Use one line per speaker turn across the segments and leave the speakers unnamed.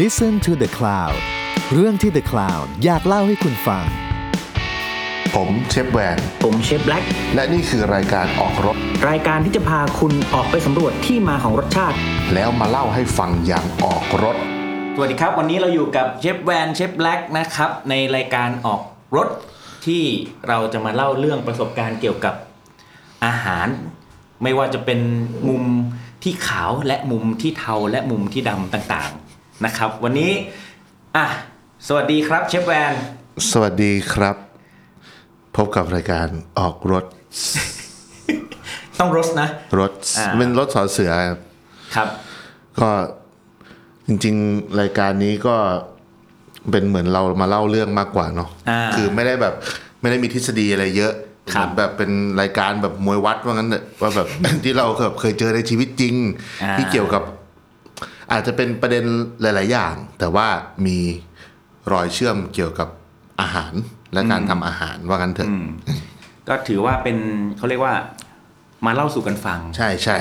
Listen to the Cloud เรื่องที่ The Cloud อยากเล่าให้คุณฟัง
ผมเชฟแวน
ผมเชฟแบล็ก
และนี่คือรายการออกรถ
รายการที่จะพาคุณออกไปสำรวจที่มาของรสชาติ
แล้วมาเล่าให้ฟังอย่างออกรถ
สวัสดีครับ วันนี้เราอยู่กับเชฟแวนเชฟแบล็กนะครับ ในรายการออกรถที่เราจะมาเล่าเรื่องประสบการณ์เกี่ยวกับอาหาร ไม่ว่าจะเป็นมุมที่ขาวและมุมที่เทาและมุมที่ดำต่างๆนะครับ วันนี้อ่ะสวัสดีครับเชฟแวน
สวัสดีครับ พบกับรายการออกรถ
ต้องรสนะ
รถ
อ่า
เป็นรถสอเสือครับ
ครับ
ก็จริงๆรายการนี้ก็เป็นเหมือนเรามาเล่าเรื่องมากกว่าเนาะ
อ่า
คือไม่ได้แบบไม่ได้มีทฤษฎีอะไรเยอะ
ครับ
เหมือนแบบเป็นรายการแบบมวยวัดว่างั้นเถอะว่า แบบ ที่เราแบบเคยเจอในชีวิตจริง ที่เกี่ยวกับ อาจจะเป็นประเด็นหลาย ๆ อย่าง แต่ว่ามีรอยเชื่อมเกี่ยวกับอาหารและการทำอาหารว่ากันเถอะ
ก็ถือว่าเป็นเขาเรียกว่ามาเล่าสู่กันฟัง
ใช่ใช่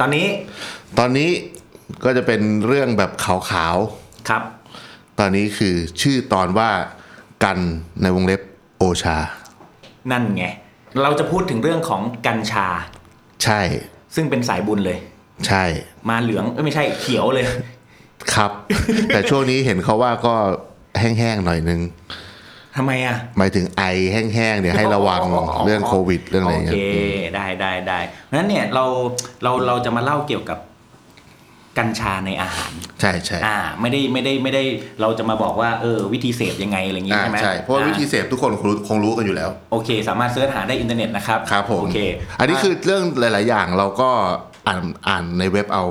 ตอนนี้
ตอนนี้ก็จะเป็นเรื่องแบบขาว
ครับ
ๆ ตอนนี้คือชื่อตอนว่ากันในวงเล็บโอชา
นั่นไง เราจะพูดถึงเรื่องของกัญชา
ใช่
ซึ่งเป็นสายบุญเลย
ใช่
มาเหลืองเอ้ยไม่ใช่เขียวเลย
ครับ แต่ช่วงนี้เห็นเขาว่าก็แห้งๆหน่อยนึง
ทำไมอ่ะ
หมายถึงไอแห้งๆเนี่ยให้ระวังเรื่องโควิดเรื่องอะไรอย่าง
โอ
เงี้
เค
ย
ได้ได้ได้เพราะฉะนั้นเนี่ยเราเราเราจะมาเล่าเกี่ยวกับกัญชาในอาหาร
ใช่ใช่
อ่า ไม่ได้ไม่ได้ไม่ได้เราจะมาบอกว่าเออวิธีเสพยังไงอะไรอย่างงี้
อ่า
ใช่ไหม
ใช่ เพราะว่า
อ่
วิธีเสพทุกคนคงรู้คงรู้กันอยู่แล้ว
โอเค สามารถเสิร์ชหาได้อินเทอร์เน็ตนะครับ
ครับผม
โอเค
อันนี้คือเรื่องหลาย ๆ อย่างเราก็อ่านอ่านในเว็บเอา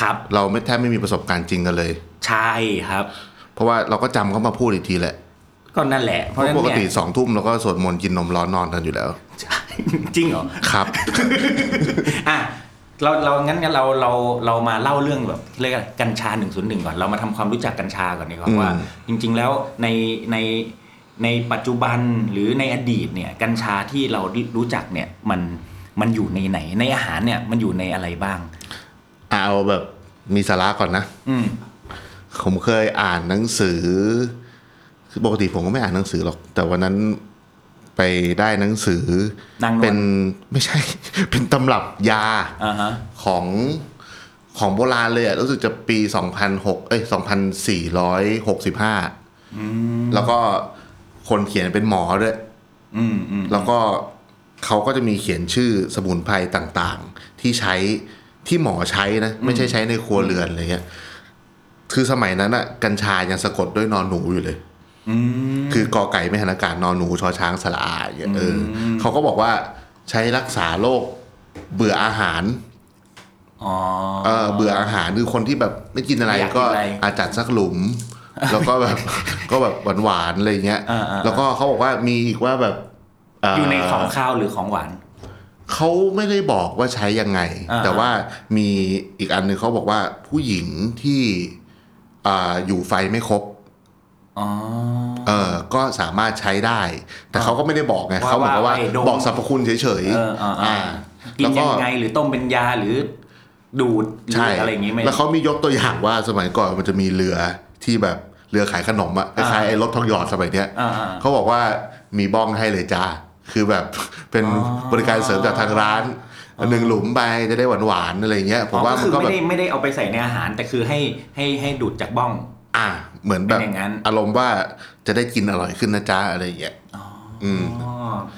ครับ
เราไม่แทบไม่มีประสบการณ์จริงกันเลย
ใช่ครับ
เพราะว่าเราก็จำเขามาพูดอีกทีแหละ
ก็นั่นแหละเพ
เพ
ราะ
ราะ
ฉะนั้น
ปกติ
เนี่ย
สองทุ่มเราก็สวดมนต์กินนมร้อนนอนกันอยู่แล้ว
ใช่จริงเหรอ
ครับ
อ่ะเราเรางั้นงั้นเราเราเรามาเล่าเรื่องแบบเรียกอะไรกัญชาหนึ่งศูนย์หนึ่งก่อนเรามาทำความรู้จักกัญชาก่อนดีกว่า
อืม
ว่า จริง ๆ แล้วในในในปัจจุบันหรือในอดีตเนี่ยกัญชาที่เรารู้จักเนี่ยมันมันอยู่ในไหน ในอาหารเนี่ยมันอยู่ในอะไรบ้าง
เอาแบบมีสาระก่อนนะ
อืม
ผมเคยอ่านหนังสือ คือปกติผมก็ไม่อ่านหนังสือหรอก แต่วันนั้นไปได้หนังสือน
างนวล
เป็นไม่ใช่ เป็นตำรับยา
อ่าฮะ
ของของโบราณเลยอะรู้สึกจะปี 2006 เอ้ย 2465 แล้วก็คนเขียนเป็นหมอด้วย
อืมอืม
แล้วก็เขาก็จะมีเขียนชื่อสมุนไพรต่างๆ ที่ใช้ที่หมอใช้นะ ไม่ใช่ใช้ในครัวเรือนอะไรเงี้ย คือสมัยนั้นอะกัญชายังสะกดด้วยนอนหนูอยู่เลย
อืม
คือกอไก่ไม่หันอากาศนอนหนูชอช้างสละอาอย่างเงี้ยเอออเขาก็บอกว่าใช้รักษาโรคเบื่ออาหาร
อ๋อ
เออเบื่ออาหารคือคนที่แบบไม่กินอะไร
ไม่อยากกิ
ก็
นอะไร
อาจจัดสักหลุม แล้วก็แบบ ก็แบบหวานๆอะไรอย่างเงี้ย
อ่าๆ
แล้วก็เขาบอกว่ามีอีกว่าแบบเ
อยู่ในของข้าวหรือของหวาน
เขาไม่ได้บอกว่าใช้ยังไง
อ่า
แต่ว่ามีอีกอันหนึ่งเขาบอกว่าผู้หญิงที่อ่าอยู่ไฟไม่ครบ
อ๋อ
เออก็สามารถใช้ได้ แต่เขาก็ไม่ได้บอกไง
ว่า
เขาบอกว่า
ว่าไอ้ดม
บอกสรรพคุณเฉย
เออ
ๆ
อ่าอ่า
อ่า
กิ
แล้
น
ว
ยังไงหรือต้มเป็นยาหรือดูดหรือ
ใช่
อะไรอย่างงี้ไหม
แล้วเขามียกตัวอย่างว่าสมัยก่อนมันจะมีเรือที่แบบเรือขายขนมอะคล้ายๆไอ้รถทองหยอดสมัยเนี้ย
อ่าอ่า
เขาบอกว่ามีบ้องให้เลยจ้าคือแบบ เป็นบริการเสริมจากทางร้านหนึ่งหลุมไปจะได้หวานๆอะไรเงี้ยผมว่า
อ๋อ
มัน
คือ
ก็แบ
ไม่
บ
ได้ไม่ได้เอาไปใส่ในอาหาร แต่คือให้ให้ให้ดูดจากบ้อง
อ่า เหมือนแบบ
เป็นอย่างนั้น
อารมณ์ว่าจะได้กินอร่อยขึ้นนะจ้าอะไรเงี้ยอืม
อ๋อ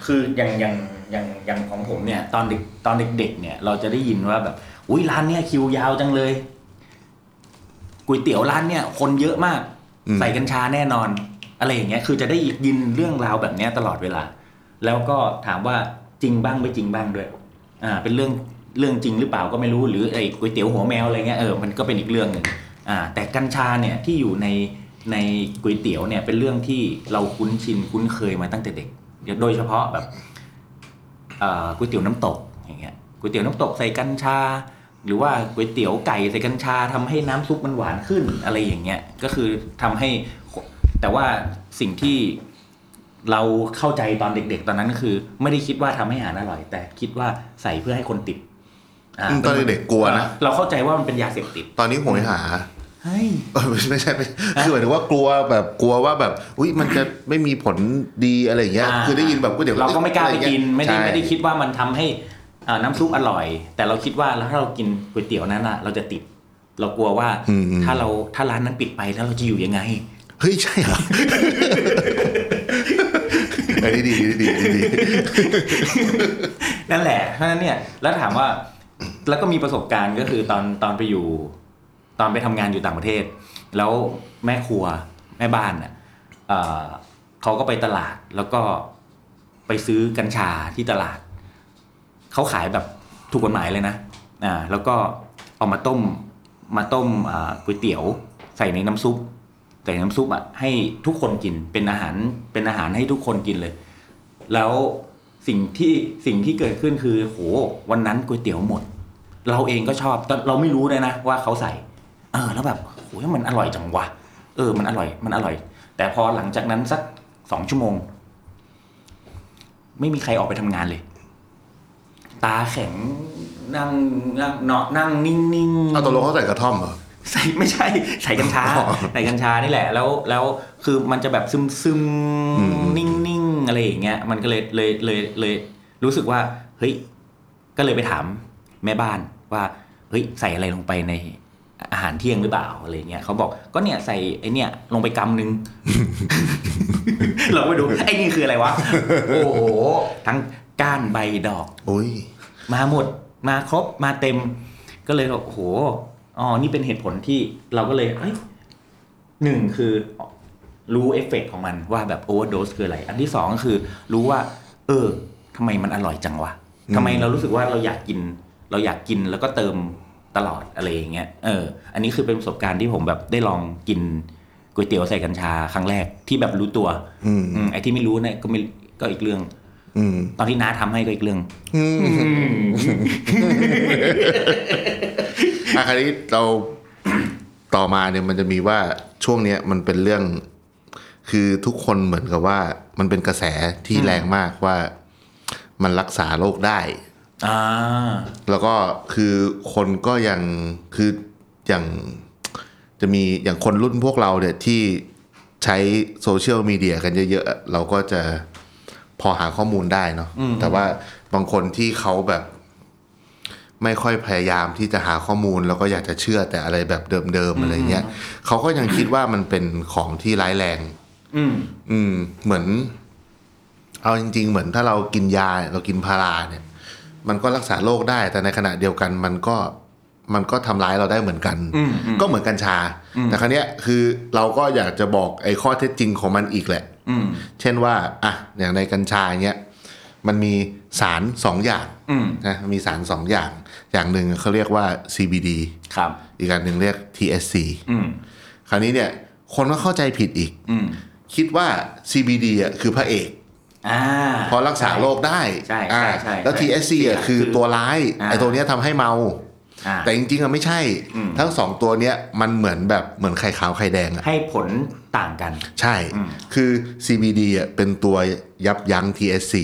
คืออย่างอย่างอย่างอย่างของผมเนี่ย ตอนเด็กตอนเด็กๆเนี่ย เราจะได้ยินว่าแบบอุ้ยร้านเนี่ยคิวยาวจังเลยก๋วยเตี๋ยวร้านเนี่ย คนเยอะมาก
อืม
ใส่กัญชาแน่นอน อะไรอย่างเงี้ยคือจะได้ยินเรื่องราวแบบเนี้ยตลอดเวลา แล้วก็ถามว่าจริงบ้างไม่จริงบ้างด้วย อ่า เป็นเรื่องเรื่องจริงหรือเปล่าก็ไม่รู้หรือไอ้ก๋วยเตี๋ยวหัวแมวอะไรเงี้ยเออมันก็เป็นอีกเรื่องหนึ่งอ่า แต่กัญชาเนี่ยที่อยู่ในในก๋วยเตี๋ยวเนี่ย เป็นเรื่องที่เราคุ้นชินคุ้นเคยมาตั้งแต่เด็กโดยเฉพาะแบบเอ่อก๋วยเตี๋ยวน้ำตกอย่างเงี้ยก๋วยเตี๋ยวน้ำตกใส่กัญชา หรือว่าก๋วยเตี๋ยวไก่ใส่กัญชาทำให้น้ำซุปมันหวานขึ้นอะไรอย่างเงี้ยก็คือทำให้ แต่ว่าสิ่งที่ เราเข้าใจตอนเด็ก ๆ ตอนนั้นก็คือ ไม่ได้คิดว่าทำให้อาหารอร่อย แต่คิดว่าใส่เพื่อให้คนติดา
อืมตอนเด็กๆกลัวนะ
เราเข้าใจว่ามันเป็นยาเสพติด
ตอนนี้โหยหา
เฮ้ย
เออไม่ใช่ไม่คือหมายถึงว่ากลัวแบบกลัวว่าแบบ อุ้ยมันจะไม่มีผลดีอะไรอย่างเงี้ย
อ่า
คือได้ยินแบบก๋วยเตี๋ยว
เราก็ไม่กล้าไปกิน ไม่ได้
ใช่
ไม่ได้คิดว่ามันทำให้เอ่อน้ำซุปอร่อย แต่เราคิดว่าแล้วถ้าเรากินก๋วยเตี๋ยวนั้นอ่ะ เราจะติด เรากลัวว่าถ้าเราถ้าร้านนั้นปิดไปแล้วเราจะอยู่ยังไง
เฮ้ย ใช่เหรอ เออดีดีดีดีดี
นั่นแหละเพราะฉะนั้นเนี่ยแล้วถามว่าแล้วก็มีประสบการณ์ก็คือตอนตอนไปอยู่ ตอนไปทำงานอยู่ต่างประเทศ แล้วแม่ครัวแม่บ้านอ่ะเอ่อเขาก็ไปตลาดแล้วก็ไปซื้อกัญชาที่ตลาด เขาขายแบบถูกกฎหมายเลยนะอ่าแล้วก็เอามาต้มมาต้มอ่าก๋วยเตี๋ยวใส่ในน้ำซุปใส่ในน้ำซุปอ่ะให้ทุกคนกินเป็นอาหารเป็นอาหารให้ทุกคนกินเลย แล้วสิ่งที่สิ่งที่เกิดขึ้นคือโหวันนั้นก๋วยเตี๋ยวหมด เราเองก็ชอบแต่เราไม่รู้เลยนะว่าเขาใส่ เออ แล้วแบบโหมันอร่อยจังวะเออ มันอร่อย มันอร่อย แต่พอหลังจากนั้นสักสองชั่วโมง ไม่มีใครออกไปทำงานเลย ตาแข็งนั่งนั่งเนาะนั่งนิ่งๆ
เอาตกลงเขาใส่กระท่อมเหรอ
ใส่ ไม่ใช่ใส่กัญชา
อ๋อ
ใส่กัญชานี่แหละแล้วแล้วคือมันจะแบบซึมซึมๆ
อืม
นิ่งๆอะไรอย่างเงี้ยมันก็เลยเลยเลยเลยรู้สึกว่า เฮ้ย ก็เลยไปถามแม่บ้านว่าเฮ้ยใส่อะไรลงไปในอาหารเที่ยงหรือเปล่าอะไรเงี้ยเขาบอกก็เนี่ยใส่ไอเนี่ยลงไปกำ นึง เราไปดูไอนี่คืออะไรวะโอ้โหทั้งก้านใบดอก
โอ้ย
มาหมดมาครบมาเต็ม ก็เลยแบบโอ้โหอ๋อนี่เป็นเหตุผลที่เราก็เลยเอ้ยหนึ่งคือรู้เอฟเฟกต์ของมันว่าแบบโอเวอร์โดสคืออะไร อันที่สองก็คือรู้ว่า เออทำไมมันอร่อยจังวะทำไมเรารู้สึกว่าเราอยากกิน เราอยากกินแล้วก็เติมตลอดอะไรอย่างเงี้ยเออ อันนี้คือเป็นประสบการณ์ที่ผมแบบได้ลองกินก๋วยเตี๋ยวใส่กัญชาครั้งแรกที่แบบรู้ตัว
อืม
อืมไอ้ที่ไม่รู้เนี่ยก็ไม่ก็อีกเรื่อง
อืม
ตอนที่น้าทำให้ก็อีกเรื่อง
อาคราวนี้เรา ต่อมาเนี่ยมันจะมีว่าช่วงเนี้ยมันเป็นเรื่อง คือทุกคนเหมือนกับว่า มันเป็นกระแสที่แรงมากว่ามันรักษาโรคได้
อ่า
แล้วก็คือคนก็ยังคืออย่างจะมีอย่างคนรุ่นพวกเราเนี่ยที่ใช้โซเชียลมีเดียกันเยอะๆ เราก็จะพอหาข้อมูลได้เนาะแต่ว่าบางคนที่เขาแบบ ไม่ค่อยพยายามที่จะหาข้อมูล แล้วก็อยากจะเชื่อแต่อะไรแบบเดิมๆอะไรเงี้ยเขาก็ยังคิดว่ามันเป็นของที่ร้ายแรง
อืม
อืมเหมือน เอาจริง ๆ เหมือนถ้าเรากินยาเรากินพาราเนี่ย มันก็รักษาโรคได้ แต่ในขณะเดียวกันมันก็มันก็ทำร้ายเราได้เหมือนกัน
อืมอืม
ก็เหมือนกัญชา แต่ครั้งนี้ยคือเราก็อยากจะบอกไอ้ข้อเท็จจริงของมันอีกแหละ
อืม
เช่นว่าอ่ะอย่างในกัญชาเนี้ยมันมีสารสองอย่าง
อืม
นะมีสารสองอย่าง อย่างหนึ่งเขาเรียกว่า CBD
ครับ
อีกอันหนึ่งเรียก TSC
อืม
คราวนี้เนี่ย คนก็เข้าใจผิดอีก
อืม
คิดว่า CBD อ่ะคือพระเอก
อ่า
เพราะรักษาโรคได้
ใช่
อ่า
ใช่ใช่
แล้ว
ใช่
TSC อ่ะคือตัวร้าย
อ่า
ไอ้ตัวเนี้ยทำให้เมา
อ่า
แต่จริงๆอ่ะไม่ใช่
อืม
ทั้งสองตัวเนี้ยมันเหมือนแบบเหมือนไข่ขาวไข่แดงอ่ะ
ให้ผลต่างกัน
ใช่ คือ CBD อ่ะเป็นตัวยับยั้ง TSC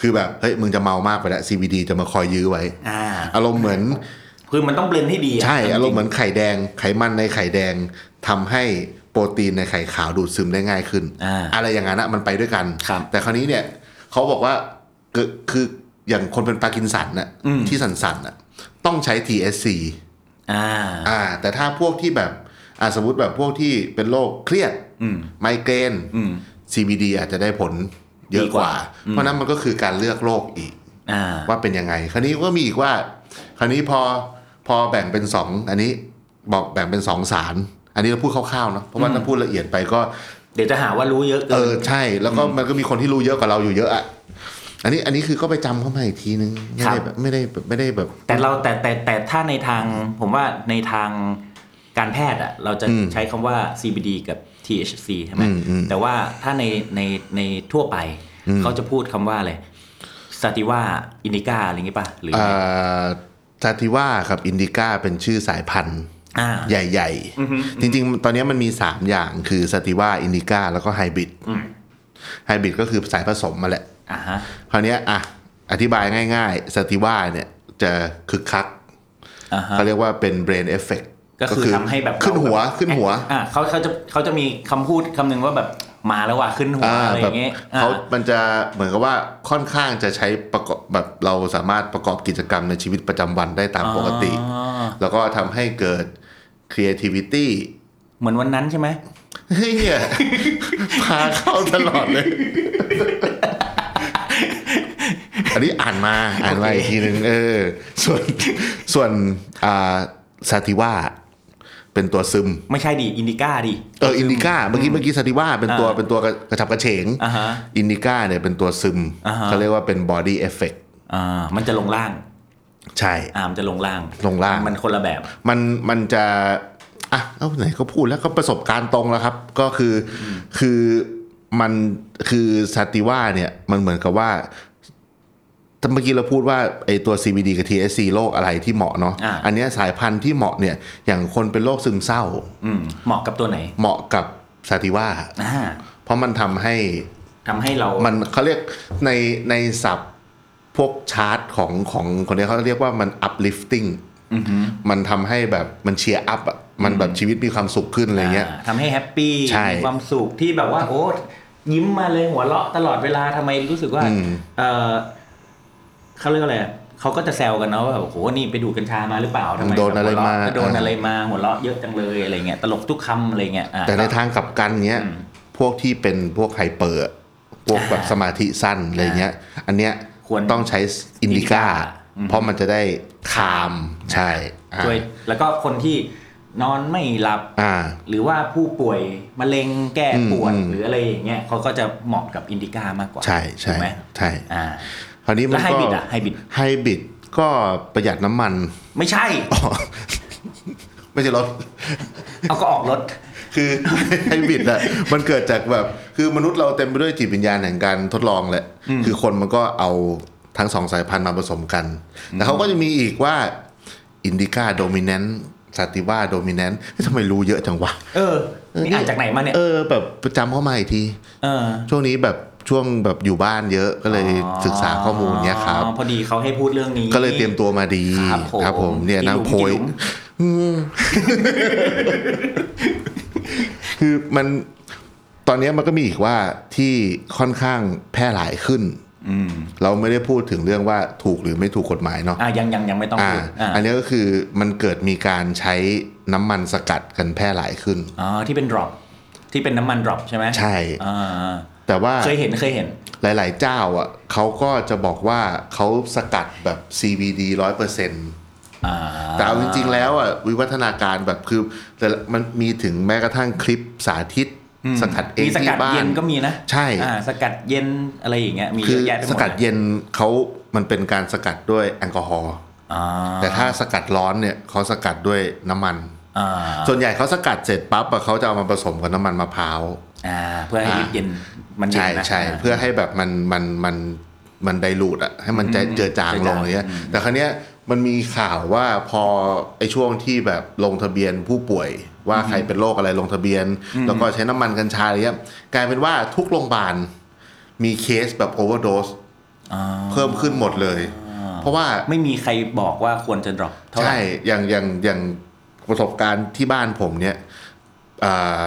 คือแบบ เฮ้ย มึงจะเมามากไปแล้ว CBD จะมาคอยยื้อไว้
อ่า
อารมณ์ เหมือน
คือมันต้องเบลนด์ให้ดีะ
ใช่ อารมณ์เหมือนไข่แดง ไขมันในไข่แดงทำให้โปรตีนในไข่ขาวดูดซึมได้ง่ายขึ้น
อ่า
อะไรอย่างนั้นอะมันไปด้วยกัน
ครับ
แต่คราวนี้เนี่ยเขาบอกว่าคือคืออย่างคนเป็นปาร์กินสันน่ะที่สันสันๆน่ะต้องใช้ TSC
อ่า
อ่า แต่ถ้าพวกที่แบบอ่าสมมติแบบพวกที่เป็นโรคเครียดไมเกรน
อืม
CBD อาจจะได้ผลเยอะ
ดี
ก
ก
ว่า
ว่า
เพราะนั้นมันก็คือการเลือกโรคอีก
อ่า
ว่าเป็นยังไง คราวนี้ก็มีอีกว่า คราวนี้พอพอแบ่งเป็นสองอันนี้บอกแบ่งเป็นสองสาร อันนี้เราพูดคร่าวๆเนอะเพราะว่าถ้าพูดละเอียดไปก็
เดี๋ยวจะหาว่ารู้เยอะ
เอ
เกิ
อน ใช่แล้วก็มันก็มีคนที่รู้เยอะกว่าเราอยู่เยอะอ่ะอันนี้อันนี้คือก็ไปจำเข้ามาอีกทีนึงไม่
ครั
ได้
บ
แบบไม่ได้แบบไม่ได้แบบ
แต่เราแต่แต่แต่ถ้าในทางผมว่าในทางการแพทย์อ่ะเราจะ
อืม
ใช้คำว่า CBD กับ THC ใช่ไหม
อืมอืม
แต่ว่าถ้าในในในทั่วไป
อืม
เขาจะพูดคำว่าอะไรสติว่าอินิกาอะไรอย่างงี้ป่ะหรือ
อ่าซาติว่ากับอินดิก้าเป็นชื่อสายพันธุ์
อ่า
ใหญ่ๆ จริงๆ ตอนนี้มันมี 3 อย่างคือสติว่าอินดิก้าแล้วก็ไฮบริด
อืม
ไฮบริดก็คือสายผสมมาแหละ
อ่าฮะ
คราวเนี้ยอ่ะอธิบายง่ายๆสติว่าเนี่ยจะคึกคัก
อ่าฮะ
เขาเรียกว่าเป็น brain effect
ก็คือทำให้แบบ
ขึ้นหัวขึ้นหัว
อ่าเขาเขาจะเขาจะมีคำพูดคำหนึงว่าแบบมาแล้วว่ะขึ้นหัว
อ่า
อะไรอ
แบ
ย่า
บ
งเงี้ยอ่า
เขามันจะเหมือนกับว่าค่อนข้างจะใช้ประกอบแบบเราสามารถประกอบกิจกรรมในชีวิตประจำวันได้ตามปกติ
อ๋อ
แล้วก็ทำให้เกิด creativity
เหมือนวันนั้นใช่ไหม
เฮี ยพาเข้าตลอดเลย อันนี้อ่านมาอ่านมาอีกทีหนึ่งเออ ส่วนส่วนอ่าซาติว่าเป็นตัวซึม
ไม่ใช่ดิอินดิก้าดิ
เอออินดิก้าเมื่อกี้เมื่อกี้ซาติว่าเป็นตัว
อ่า
เป็นตัวกระฉับกระเฉง
อ่าฮะ
อินดิก้าเนี่ยเป็นตัวซึม
อ่าฮะ
เขาเรียกว่าเป็นบอดี้เอฟเฟก
อ่ามันจะลงล่าง
ใช่
อ่ามันจะลงล่าง
ลงล่าง
มันคนละแบบ
มันมันจะอ่ะเอาไหนก็พูดแล้วก็ประสบการณ์ตรงแล้วครับ ก็คืออคือมันคือซาติว่าเนี่ยมันเหมือนกับว่าแต่เมื่อกี้เราพูดว่าไอตัว CBD กับ THC โรคอะไรที่เหมาะเนาะ
อ่า
นเนี้ยสายพันธุ์ที่เหมาะเนี่ย อย่างคนเป็นโรคซึมเศร้า
อืมเหมาะกับตัวไหน
เหมาะกับซาติว่า
อ่า
เพราะมันทำให้
ทำให้เรา
มันเขาเรียกในในศัพท์พวกชาร์ตของของคนเนี้ยเขาเรียกว่ามัน uplifting มันทำให้แบบมันเชียร์อัพอะมันแบบชีวิตมีความสุขขึ้นอะไรเงี้ย
อ่าทำให้แฮปปี้
ใช่
มีความสุขที่แบบว่า โอ้ยิ้มมาเลยหัวเราะตลอดเวลาทำไมรู้สึกว่า
อืม
เออเขาเรียกว่าอะไรอะเขาก็จะแซวกันเนาะว่าแบบโอ้โหนี่ไปดูดกัญชามาหรือเปล่าทำไม
โดนอะไรมา
หัวเะโดนอะไรมาหัวเราะเยอะจังเลยอะไรเงี้ยตลกทุกคำอะไรเงี้ยอ่า
แต่ในทางกลับกันเนี้ย พวกที่เป็นพวกไฮเปอร์อะพวกแบบสมาธิสั้นอะไรเงี้ย อันเนี้ย
ควร
ต้องใช้อินดิก้า
อืม
เพราะมันจะได้คามใช่อ่ะ
ช่วยแล้วก็คนที่นอนไม่หลับ
อ่า
หรือว่าผู้ป่วยมะเร็งแก้ปวด
อืมอืม
หรืออะไรอย่างเงี้ยเขาก็จะเหมาะกับอินดิก้ามากกว่า
ใช่ใช่
ถูกไหม
ใช่
อ่า
คราวนี้มั
แล้
น
วไฮ
ก็
บริดอะไฮบริด
ไฮบริดก็ประหยัดน้ำมัน
ไม่ใช่
อ๋อไม่ใช่รถ
เอาก็ออกรถ
คือไฮบริดอะมันเกิดจากแบบ คือมนุษย์เราเต็มไปด้วยจิตวิญญาณแห่งการทดลองแหละ คือคนมันก็เอาทั้งสองสายพันธุ์มาผสมกัน แต่เขาก็จะมีอีกว่าอินดิก้าโดมิเนนต์สติว่าโดมิเนนต์ทำไมรู้เยอะจังวะ
เออนี่อ่านจากไหนมาเนี่ย
เออ แบบประจำเข้ามาอีกที
เออ
ช่วงนี้แบบช่วงแบบอยู่บ้านเยอะก็เลยศึกษาข้อมูลเนี้ยครับ
อ๋อพอดีเขาให้พูดเรื่องนี้
ก็เลยเตรียมตัวมาดี
ครับผม
ผมเนี่ย
กี่หลุม
น้ำโพย
กี่หลุม
อืม คือ มันตอนเนี้ยมันก็มีอีกว่าที่ค่อนข้างแพร่หลายขึ้น
อืม
เราไม่ได้พูดถึงเรื่องว่าถูกหรือไม่ถูกกฎหมายเนาะ
อ่ะยังยังยังไม่ต้อง
อ่า
พูดอ่า
อันเนี้ยก็คือมันเกิดมีการใช้น้ำมันสกัดกันแพร่หลายขึ้น
อ๋อที่เป็นดรอปที่เป็นน้ำมันดรอปใช่ไหม
ใช่
อ่า
แต่ว่า
เคยเห็นเคยเห็น
หลาย ๆ เจ้าอ่ะเขาก็จะบอกว่าเขาสกัดแบบ CBD ร้อยเปอร์เซ็นต์
อ่า
แต่เอาจริง ๆ แล้วอ่ะวิวัฒนาการแบบคือแต่ละมันมีถึงแม้กระทั่งคลิปสาธิต สกัดเอง
มีสกัด
ที่บ้า
เย็
น
นก็มีนะ
ใช่
อ่าสกัดเย็นอะไรอย่างเงี้ยมี
คื
เย
อ
อะแยะไปหม
ส
ด
กัดเย็นเขามันเป็นการสกัดด้วยแอลกอฮอล์
อ่า
แต่ถ้าสกัดร้อนเนี่ยเขาสกัดด้วยน้ำมัน
อ่า
ส่วนใหญ่เขาสกัดเสร็จปั๊บอะเขาจะเอามาผสมกับน้ำมันมะพร้าว
อ่าเพื่อให้
อ่า
เย็นมันเย็น
ใช่
นะ
ใช่เพื่อให้แบบมันมันมันมันไดรูดอะให้มันจะเจือจางลงอะไรเงี้ยแต่ครั้งเนี้ยมันมีข่าวว่าพอไอ้ช่วงที่แบบลงทะเบียนผู้ป่วย ว่าใครเป็นโรคอะไรลงทะเบียน แล้วก็ใช้น้ำมันกัญชาอะไรเงี้ยกลายเป็นว่าทุกโรงพยาบาลมีเคสแบบโอเวอร์โดส
อ่า
เพิ่มขึ้นหมดเลย เพราะว่า
ไม่มีใครบอกว่าควรจะดรอปเท่าไหร่
ใช่อย่างอย่างอย่างประสบการณ์ที่บ้านผมเนี่ยอ่า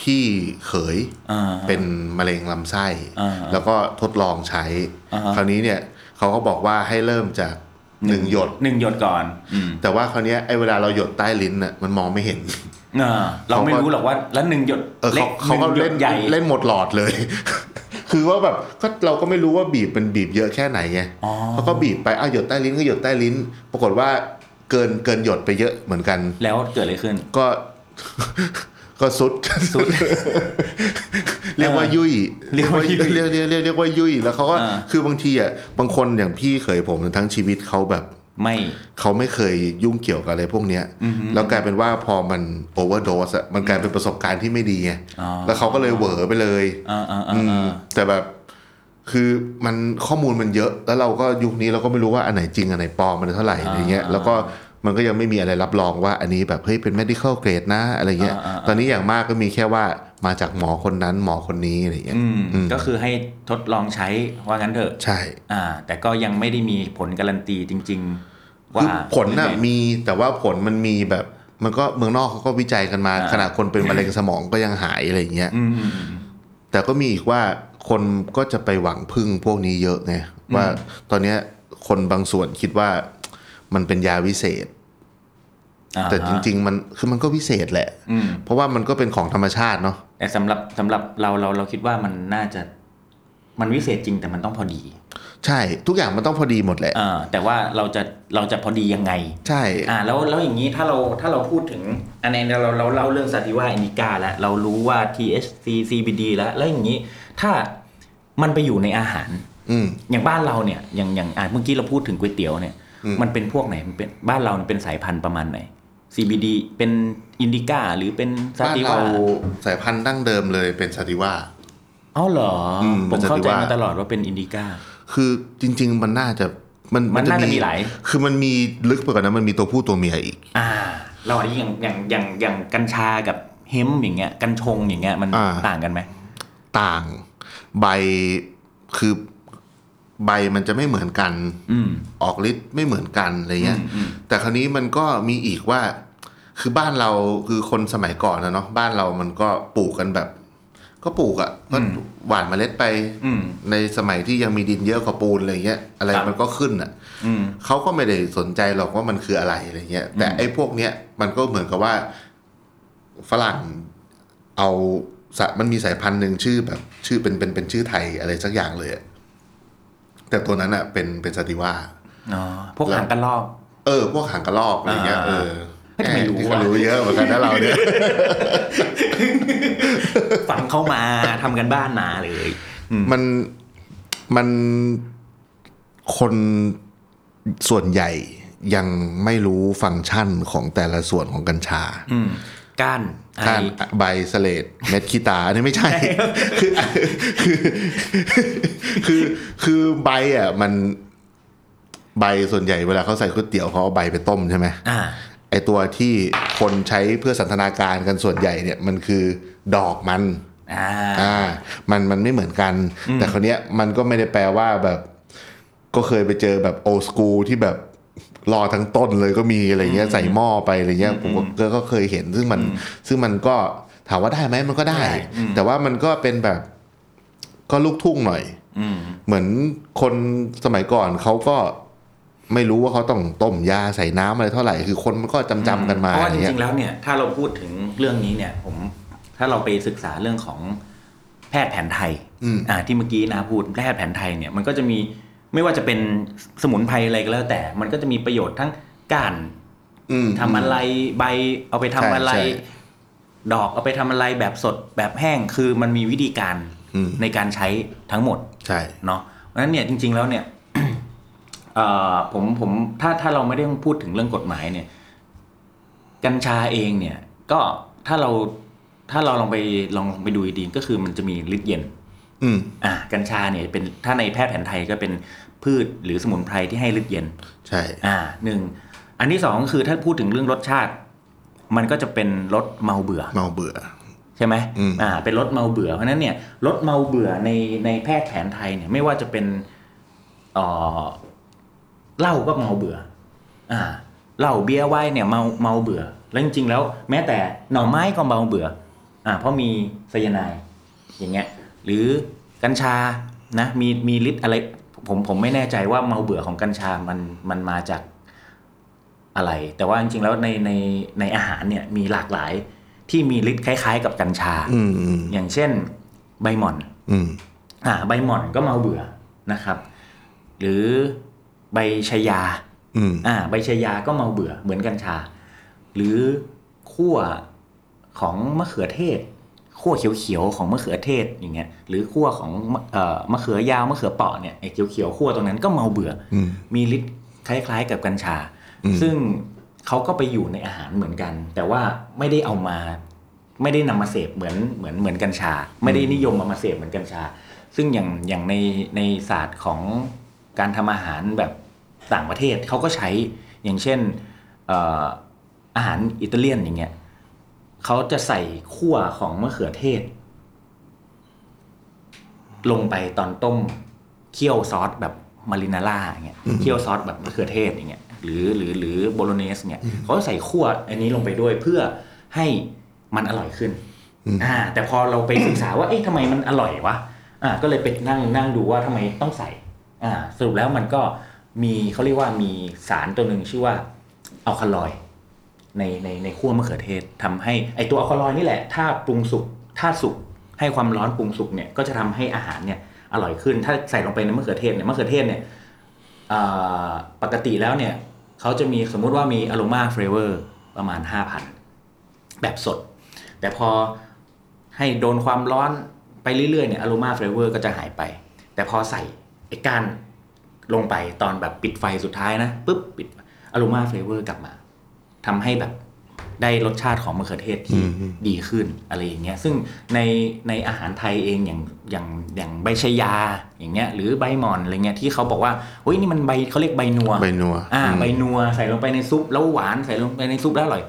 พี่เขย
อ่า
เป็นมะเร็งลำไส้
อ่า
แล้วก็ทดลองใช้
อ่าฮะ
คราวนี้เนี่ยเขาก็บอกว่าให้เริ่มจากหนึ่งหยด
หนึ่งหยดก่อนอืม
แต่ว่าคราวเนี้ยไอ้เวลาเราหยดใต้ลิ้นน่ะมันมองไม่เห็น
อ่าเราไม่
เขาก็
รู้หรอกว่าแล้วหนึ่งหยด
เออ
เล็ก
เขาเขาก็
หนึ่
เล่
ง
น
หยดใหญ่
เล่นหมดหลอดเลย คือว่าแบบก็เราก็ไม่รู้ว่าบีบเป็นบีบเยอะแค่ไหนไง
อ๋อ
เขาก็บีบไปอ้าวหยดใต้ลิ้นก็หยดใต้ลิ้น ปรากฏว่าเกินเกินหยดไปเยอะเหมือนกัน
แล้วเกิดอะไรขึ้น
ก็ ก็สุด
สุด
เรียกว่ายุ่ย
เรียกว่ายุ่ย
เรียกเรียกเรียกเรียกว่ายุ่ยแล้วเขาก็
อ่า
คือบางทีอ่ะบางคนอย่างพี่เคยผมทั้งชีวิตเขาแบบ
ไม่
เขาไม่เคยยุ่งเกี่ยวกับอะไรพวกเนี้ยแล้วกลายเป็นว่าพอมันโอเวอร์โดสอ่ะมันกลายเป็นประสบการณ์ที่ไม่ดีไง
อ๋อ
แล้วเขาก็เลยเหวอไปเลย
อ่าอ่า
อื
อ่าม
แต่แบบคือมันข้อมูลมันเยอะ แล้วเราก็ยุคนี้เราก็ไม่รู้ว่าอันไหนจริงอันไหนปลอมมันเท่าไหร่อะไรเงี้ยแล้วก็มันก็ยังไม่มีอะไรรับรองว่าอันนี้แบบเฮ้ยเป็น medical grade นะอะไรเงี้ย ตอนนี้อย่างมากก็มีแค่ว่ามาจากหมอคนนั้นหมอคนนี้อะไรเงี้ย
อืม
อืม
ก็คือให้ทดลองใช้ว่างั้นเถอะ
ใช่
อ่า แต่ก็ยังไม่ได้มีผลการันตีจริง ๆ ว่า
คือผลน่ะ
ยังไง
มีแต่ว่าผลมันมีแบบ มันก็เมืองนอกเขาก็วิจัยกันมา
อ่า
ขนาดคนเป็นมะเร็งสมองก็ยังหายอะไรอย่างเงี้ย
อืม
แต่ก็มีอีกว่าคนก็จะไปหวังพึ่งพวกนี้เยอะไงว่าตอนเนี้ยคนบางส่วนคิดว่ามันเป็นยาวิเศษ แต่จริง ๆ มันคือมันก็วิเศษแหละ
อืม
เพราะว่ามันก็เป็นของธรรมชาติเนาะ
ๆแต่สำหรับสำหรับเราเราเราคิดว่ามันน่าจะมันวิเศษจริงแต่มันต้องพอดี
ใช่ทุกอย่างมันต้องพอดีหมดแหละ
เออแต่ว่าเราจะเราจะพอดียังไง
ใช่
อ่าแล้วแล้วอย่างนี้ถ้าเราถ้าเราพูดถึงอันนี้เราเราเล่าเรื่องซาติว่าอินิกาแล้วเรารู้ว่า THC CBD แล้วแล้วอย่างนี้ถ้ามันไปอยู่ในอาหาร
อืม
อย่างบ้านเราเนี่ยอย่างอย่างอ่ะเมื่อกี้เราพูดถึงก๋วยเตี๋ยวเนี่ยมันเป็นพวกไหนมันเป็นบ้านเราเนี่ยเป็นสายพันธุ์ประมาณไหน CBD เป็นอินดิก้าหรือเป็นซา
บ้าน
ติว่า
เราสายพันธุ์ดั้งเดิมเลยเป็นซาติว่า
อ๋อเหรออ
ม
ผมเข้าใจ
เป็นซา
มา
ติว่า
ตลอดว่าเป็นอินดิก้า
คือจริง ๆ มันน่าจะมัน
มันน่าจะมีหลาย
คือมันมีลึกไปกว่านั้นมันมีตัวผู้ตัวเมียอีก
อ่าเราอันนี้อย่างอย่างอย่างอย่างกัญชากับเฮมป์อย่างเงี้ยกัญชงอย่างเงี้ยมัน
อ่า
ต่างกันไหม
ต่างใบคือใบมันจะไม่เหมือนกัน
อืม
ออกฤทธิ์ไม่เหมือนกันอะไรเงี้ย
อืมอืม
แต่คราวนี้มันก็มีอีกว่า คือบ้านเราคือคนสมัยก่อนนะเนาะบ้านเรามันก็ปลูกกันแบบ ก็ปลูกอะ่ะก็หว่านเมล็ดไป
อืม
ในสมัยที่ยังมีดินเยอะกว่าปูนอะไรเงี้ย อะไร
ครับ
มันก็ขึ้นอ่ะ
อืม
เขาก็ไม่ได้สนใจหรอกว่ามันคืออะไรอะไรเงี้ย แต่ไอ้พวกเนี้ยมันก็เหมือนกับว่าฝรั่งเอาสะมันมีสายพันธุ์หนึ่งชื่อแบบ ชื่อเป็นเป็นเป็นชื่อไทยอะไรสักอย่างเลยอะแต่ตัวนั้นอะเป็นเป็นสติว่า
อ๋อพวก
แล้ว
หางกระรอก
เออ พวกหางกระรอกอะไรเงี้ย
อ่า
เออ
เฮ้ยทำไมรู้
ที่
วะ
เขารู้เยอะเหมือนกันนะเรา เนี่ย
ฝังเข้ามา ทำกันบ้านมาเลย
มันมันคนส่วนใหญ่ยังไม่รู้ฟังก์ชันของแต่ละส่วนของกัญชา
อืมก้านไอ้
ก้านใบเสลดเม็ดขี้ตาอันนี้ไม่ใช่ คือคือคือคือใบอ่ะมันใบส่วนใหญ่เวลาเขาใส่ก๋วยเตี๋ยวเขาเอาใบไปต้มใช่ไหม
อ่า
ไอตัวที่คนใช้เพื่อสันทนาการกันส่วนใหญ่เนี่ยมันคือดอกมัน
อ่า
อ่า มันมันไม่เหมือนกัน แต่คนเนี้ยมันก็ไม่ได้แปลว่าแบบ ก็เคยไปเจอแบบโอสกูที่แบบรอทั้งต้นเลยก็มีอะไรเงี้ยใส่หม้อไปอะไรเงี้ยผมก็ก็ก็เคยเห็น ซึ่งมัน ซึ่งมันก็ถามว่าได้ไหมมันก็ได้
ได้อืม
แต่ว่ามันก็เป็นแบบ ก็ลูกทุ่งหน่อย
อืม
เหมือนคนสมัยก่อนเขาก็ไม่รู้ว่าเขาต้องต้มยาใส่น้ำอะไรเท่าไหร่คือคนมันก็จำจำๆกันมา
เพราะ
อะ
ว่า
ไร
จ
เงี้
ริ
ย
งๆ แล้วเนี่ย ถ้าเราพูดถึงเรื่องนี้เนี่ย ผม ถ้าเราไปศึกษาเรื่องของแพทย์แผนไทย อ่า ที่เมื่อกี้นะพูดแพทย์แผนไทยเนี่ย มันก็จะมี ไม่ว่าจะเป็นสมุนไพรอะไรก็แล้วแต่ มันก็จะมีประโยชน์ทั้งก้าน
อืม
ทำอะไร ใบ เอาไปทำอะไร
ใช่ใช่
ดอกเอาไปทำอะไรแบบสดแบบแห้ง คือมันมีวิธีการในการใช้ทั้งหมด
ใช่
เนาะเพราะฉะนั้นเนี่ยจริง ๆแล้วเนี่ย เอ่อผมผมถ้าถ้าเราไม่ได้พูดถึงเรื่องกฎหมายเนี่ย กัญชาเองเนี่ย ก็ถ้าเราถ้าเราลองไปลองไปดูดีๆก็คือมันจะมีฤทธิ์เย็น
อืม
อ่ะกัญชาเนี่ยเป็นถ้าในแพทย์แผนไทยก็เป็นพืชหรือสมุนไพรที่ให้ฤทธิ์เย็น
ใช่
อ่าหนึ่งอันที่สองก็คือถ้าพูดถึงเรื่องรสชาติ มันก็จะเป็นรสเมาเบื่อ
เมาเบื่อ
ใช่ไหม
อืม
อ่า เป็นรถเมาเบื่อ เพราะฉะนั้นเนี่ยรถเมาเบื่อในในแพทย์แผนไทยเนี่ย ไม่ว่าจะเป็นเอ่อเหล้าก็เมาเบื่อ อ่า เหล้าเบียร์ไวน์เนี่ยเมาเมาเบื่อ แล้วจริงๆแล้ว แม้แต่หน่อไม้ก็เมาเบื่อ อ่า เพราะมีไซยาไนด์อย่างเงี้ย หรือกัญชา นะ มีมีฤทธิ์อะไร ผมผมไม่แน่ใจว่าเมาเบื่อของกัญชา มันมันมาจาก อะไรแต่ว่าจริงๆแล้วในในในอาหารเนี่ยมีหลากหลายที่มีฤทธิ์คล้ายๆกับกัญชา
อืมอืม
อย่างเช่นใบหม่อน
อืม
อ่าใบหม่อนก็เมาเบื่อนะครับ หรือใบชายา
อืม
อ่าใบชายาก็เมาเบื่อเหมือนกัญชา หรือขั้วของมะเขือเทศขั้วเขียวๆของมะเขือเทศอย่างเงี้ยหรือขั้วของมะเอ่อมะเขือยาวมะเขือเปาะเนี่ยไอ้เขียวๆขั้วตรงนั้นก็เมาเบื่อ
อืม
มีฤทธิ์คล้ายๆกับกัญชา
อืม
ซึ่งเขาก็ไปอยู่ในอาหารเหมือนกัน แต่ว่าไม่ได้เอามา ไม่ได้นำมาเสพเหมือนเหมือนเหมือนกัญชา ไม่ได้นิยมเอามาเสพเหมือนกัญชา ซึ่งอย่างอย่างในในศาสตร์ของการทำอาหารแบบต่างประเทศเขาก็ใช้อย่างเช่นเอ่ออาหารอิตาเลียนอย่างเงี้ยเขาจะใส่ขั่วของมะเขือเทศ ลงไปตอนต้มเคี่ยวซอสแบบมารินาร่าอย่างเงี้ยเคี่ยวซอสแบบมะเขือเทศอย่างเงี้ย หรือหรือหรือโบโลเนสเนี่ยเขาใส่ขั่วอันนี้ลงไปด้วยเพื่อให้มันอร่อยขึ้นอ่าแต่พอเราไปศึกษาว่าเอ๊ะทำไมมันอร่อยวะอ่าก็เลยไปนั่งนั่งดูว่าทำไมต้องใส่อ่าสรุปแล้วมันก็มีเขาเรียกว่ามีสารตัวหนึ่งชื่อว่าอัลคาลอยด์ ในในในขั้วมะเขือเทศทำให้ไอตัวอัลคอลอยด์นี่แหละ ถ้าปรุงสุกถ้าสุกให้ความร้อนปรุงสุกเนี่ยก็จะทำให้อาหารเนี่ยอร่อยขึ้น ถ้าใส่ลงไปในมะเขือเทศเนี่ยมะเขือเทศเนี่ยอ่าปกติแล้วเนี่ยเขาจะมีสมมุติว่ามีอโรมาเฟลเวอร์ประมาณ 5,000 แบบสด แต่พอให้โดนความร้อนไปเรื่อยๆเนี่ยอโรมาเฟลเวอร์ก็จะหายไป แต่พอใส่ไอ้ก้านลงไปตอนแบบปิดไฟสุดท้ายนะปุ๊บปิดอโรมาเฟลเวอร์กลับมา ทำให้แบบได้รสชาติของมะเขือเทศที่ดีขึ้นอะไรอย่างเงี้ยซึ่งในในอาหารไทยเองอย่างอย่างอย่างใบชะยาอย่างเงี้ยหรือใบหมอนอะไรเงี้ยที่เขาบอกว่าเฮ้ยนี่มันใบเขาเรียกใบนัว
ใบนัว
อ่า
อืม
ใบนัวใส่ลงไปในซุปแล้วหวานใส่ลงไปในซุปแล้วอร่อย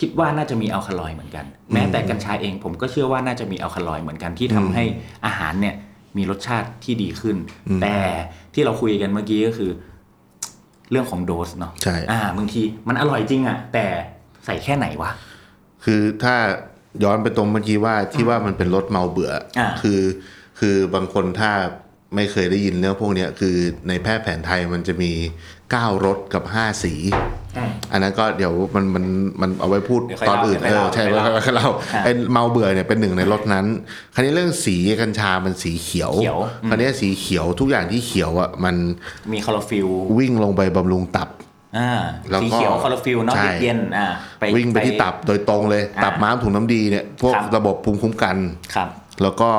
คิดว่าน่าจะมีอัลคาลอยด์เหมือนกัน แม้แต่กัญชาเองผมก็เชื่อว่าน่าจะมีอัลคาลอยด์เหมือนกันที่ทำให้อาหารเนี่ยมีรสชาติที่ดีขึ้น แต่ที่เราคุยกันเมื่อกี้ก็คือ เรื่องของโดสเนาะ
ใช่
อ่าบางทีมันอร่อยจริงอะแต่ใส่แค่ไหนวะ
คือถ้าย้อนไปตรงเมื่อกี้ว่าที่ว่ามันเป็นรถเมาเบื่ออา คือ คือบางคนถ้าไม่เคยได้ยินเรื่องพวกเนี้ยคือในแพทย์แผนไทยมันจะมี 9รสกับ 5 สี
อืม
อันนั้นก็เดี๋ยวมันมันมันเอาไว้พูด
เดี๋ยวค่อย
ตอน
เล่า
อื่น
เดี๋
เอ
ยว
อ
ค่
ใช่
อย
ไว้
เล่า
ค่อยเล่า
อ่า
ไอ้เมาเบื่อเนี่ยเป็นหนึ่งในรสนั้น คราวนี้เรื่องสีกัญชามันสีเขียว
เขียวอืม
คราวนี้สีเขียวทุกอย่างที่เขียวอ่ะมัน
มีคลอโรฟิล
วิ่งลงไปบำรุงตับ
อ่า
แล้วก็
สีเขียวคลอโรฟิลเนาะ
ใช่
เย็นๆอ่า
วิ่งไปที่ตับโดยตรงเลย
อ่า
ตับม้ามถุงน้ำดีเนี่ยพวก
ครับ
ระบบภูมิคุ้มกัน
ครับ
แล้วก็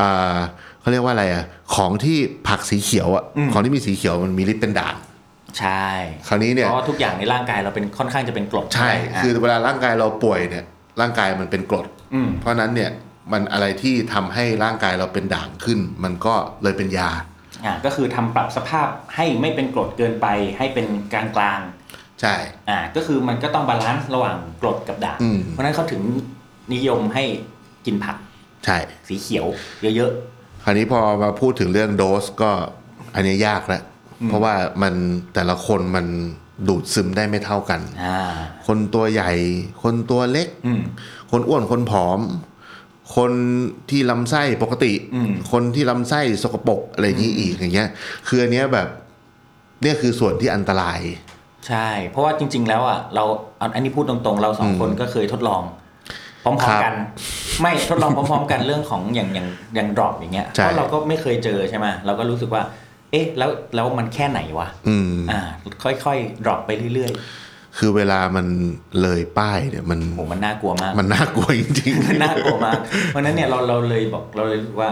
อ่าเขาเรียกว่าอะไรอ่ะ ของที่ผักสีเขียวอ่ะ ของที่มีสีเขียวมันมีฤทธิ์เป็นด่าง
ใช่
คราวนี้เนี่ย
เพราะทุกอย่างในร่างกายเราเป็นค่อนข้างจะเป็นกรด
ใช่
ไหมะ
คือเวลาร่างกายเราป่วยเนี่ย ร่างกายมันเป็นกรด
ม
เพราะฉะนั้นเนี่ยมันอะไรที่ทำให้ร่างกายเราเป็นด่างขึ้น มันก็เลยเป็นยา
อ่าก็คือทำปรับสภาพให้ไม่เป็นกรดเกินไปให้เป็นกลางกลาง
ใช่
ๆอ่าก็คือมันก็ต้องบาลานซ์ระหว่างกรดกับด่าง
อืม
เพราะฉะนั้นเขาถึงนิยมให้กินผัก
ใช่
สีเขียว เยอะ
คราวนี้พอมาพูดถึงเรื่องโดสก็อันเนี้ยยากแล้วเพราะว่ามันแต่ละคนมันดูดซึมได้ไม่เท่ากัน
ๆ อ่า
คนตัวใหญ่ คนตัวเล็ก
อืม
คนอ้วนคนผอม คนที่ลำไส้ปกติ
อืม
คนที่ลำไส้สกปรกอะไรอย่างนี้อีกอย่างเงี้ย คืออันเนี้ยแบบเนี่ยคือส่วนที่อันตราย
ใช่ เพราะว่าจริง ๆ แล้วอ่ะเราเอาอันนี้พูดตรงๆ เราสองคนก็เคยทดลอง พร้อม
ครับ
ๆกัน ไม่ทดลองพร้อม ๆ กันเรื่องของอย่างอย่างอย่างดรอปอย่างเงี้ย
ใช่
เพราะเราก็ไม่เคยเจอใช่ไหมเราก็รู้สึกว่า เอ๊ะ แล้วแล้วมันแค่ไหนวะ
อืม
อ่า ค่อยๆดรอปไปเรื่อย
คือเวลามันเลยป้ายเนี่ยมัน
ๆโหมันน่ากลัวมาก
มันน่ากลัวจริง
มันน่ากลัวมากเพราะฉะนั้นเนี่ยเราเราเลยบอกเราเลยรู้สึกว่า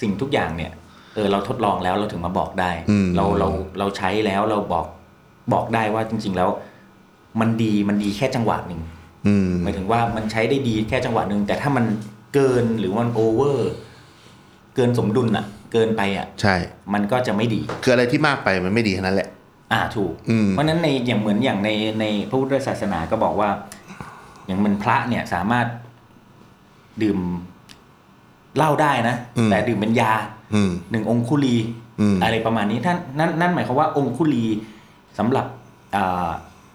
สิ่งทุกอย่างเนี่ยเออเราทดลองแล้วเราถึงมาบอกได้
อืม
เราเราเราใช้แล้วเราบอกบอกได้ว่าจริง ๆ แล้ว มันดีมันดีแค่จังหวะหนึ่ง
ๆ อืม
หมายถึงว่ามันใช้ได้ดีแค่จังหวะหนึ่งแต่ถ้ามันเกินหรือมันโอเวอร์ เกินสมดุลอะเกินไปอะ
ใช่
มันก็จะไม่ดี
คืออะไรที่มากไปมันไม่ดีแค่นั้นแหละ
อ่าถูก
อืม
เพราะฉะนั้นในอย่างเหมือนอย่างในในพระพุทธศาสนาก็บอกว่า อย่างมันพระเนี่ยสามารถดื่มเหล้าได้นะ
อืม
แต่ดื่มเป็นยา
อืม
หนึ่งองคุลี
อืม
อะไรประมาณนี้ท่านนั่นนั่นหมายความว่าองคุลีสำหรับอ่า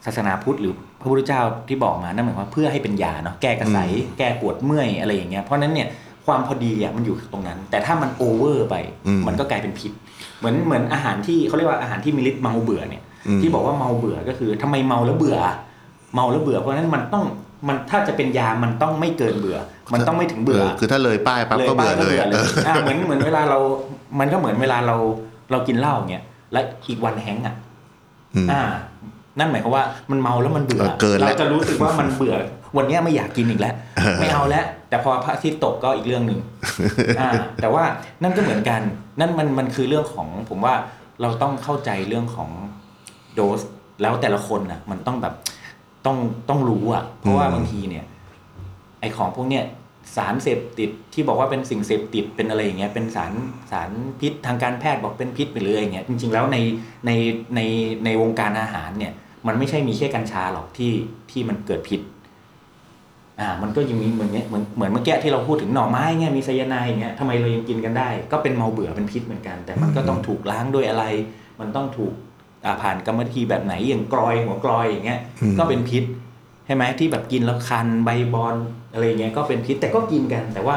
ศาสนาพุทธหรือพระพุทธเจ้าที่บอกมานั่นหมายความว่าเพื่อให้เป็นยาเนาะแก้กระสายแก้ปวดเมื่อยอะไรอย่างเงี้ยเพราะฉะนั้นเนี่ยความพอดีอ่ะมันอยู่ตรงนั้น แต่ถ้ามันโอเวอร์ไป
อืม
มันก็กลายเป็นพิษ เหมือนเหมือนอาหารที่เขาเรียกว่าอาหารที่มีฤทธิ์เมาเบื่อเนี่ย
อืม
ที่บอกว่าเมาเบื่อก็คือทำไมเมาแล้วเบื่อ เมาแล้วเบื่อ เพราะฉะนั้นมันต้องมันถ้าจะเป็นยามันต้องไม่เกินเบื่อ มันต้องไม่ถึงเบื่อ
คือถ้าเลยป้ายปั๊บก็เบื่อเลย
บ้า
อะ
ง
เออ
อ่ะเหมือนเหมือนเวลาเรา มันก็เหมือนเวลาเราเรากินเหล้าเงี้ยแล้วอีกวันแฮงก์อ่ะ
อืม
อ่า นั่นหมายความว่ามันเมาแล้วมันเบื่อ
เออเกินแล้ว
เราจะรู้สึกว่ามันเบื่อ วันเนี้ยไม่อยากกินอีกแล้ว ไม่เอาแล้วแต่พอพระอาทิตย์ตกก็อีกเรื่องหนึ่ง อ่าแต่ว่านั่นก็เหมือนกัน นั่นมันมันคือเรื่องของผมว่าเราต้องเข้าใจเรื่องของโดส แล้วแต่ละคนนะมันต้องแบบต้องต้องรู้อ่ะ เพราะว่าบางทีเนี่ย ไอของพวกเนี่ยสารเสพติดที่บอกว่าเป็นสิ่งเสพติดเป็นอะไรอย่างเงี้ยเป็นสารสารพิษทางการแพทย์บอกเป็นพิษไปเลยอย่างเงี้ยจริง ๆ แล้วในในในในวงการอาหารเนี่ย มันไม่ใช่มีแค่กัญชาหรอกที่ที่มันเกิดพิษ อ่า มันก็ยังมีเหมือนเนี้ยเหมือนเหมือนเมื่อกี้ที่เราพูดถึงหน่อไม้เงี้ยมีไซยาไนด์อย่างเงี้ยทำไมเรายังกินกันได้ ก็เป็นเมาเบื่อเป็นพิษเหมือนกัน แต่มันก็ต้องถูกล้างด้วยอะไร มันต้องถูก อ่าผ่านกรรมวิธีแบบไหนอย่างกรอยหัวกรอยอย่างเงี้ย
อืม
ก็เป็นพิษใช่ไหมที่แบบกินแล้วคันใบบอลอะไรเงี้ยก็เป็นพิษแต่ก็กินกัน แต่ว่า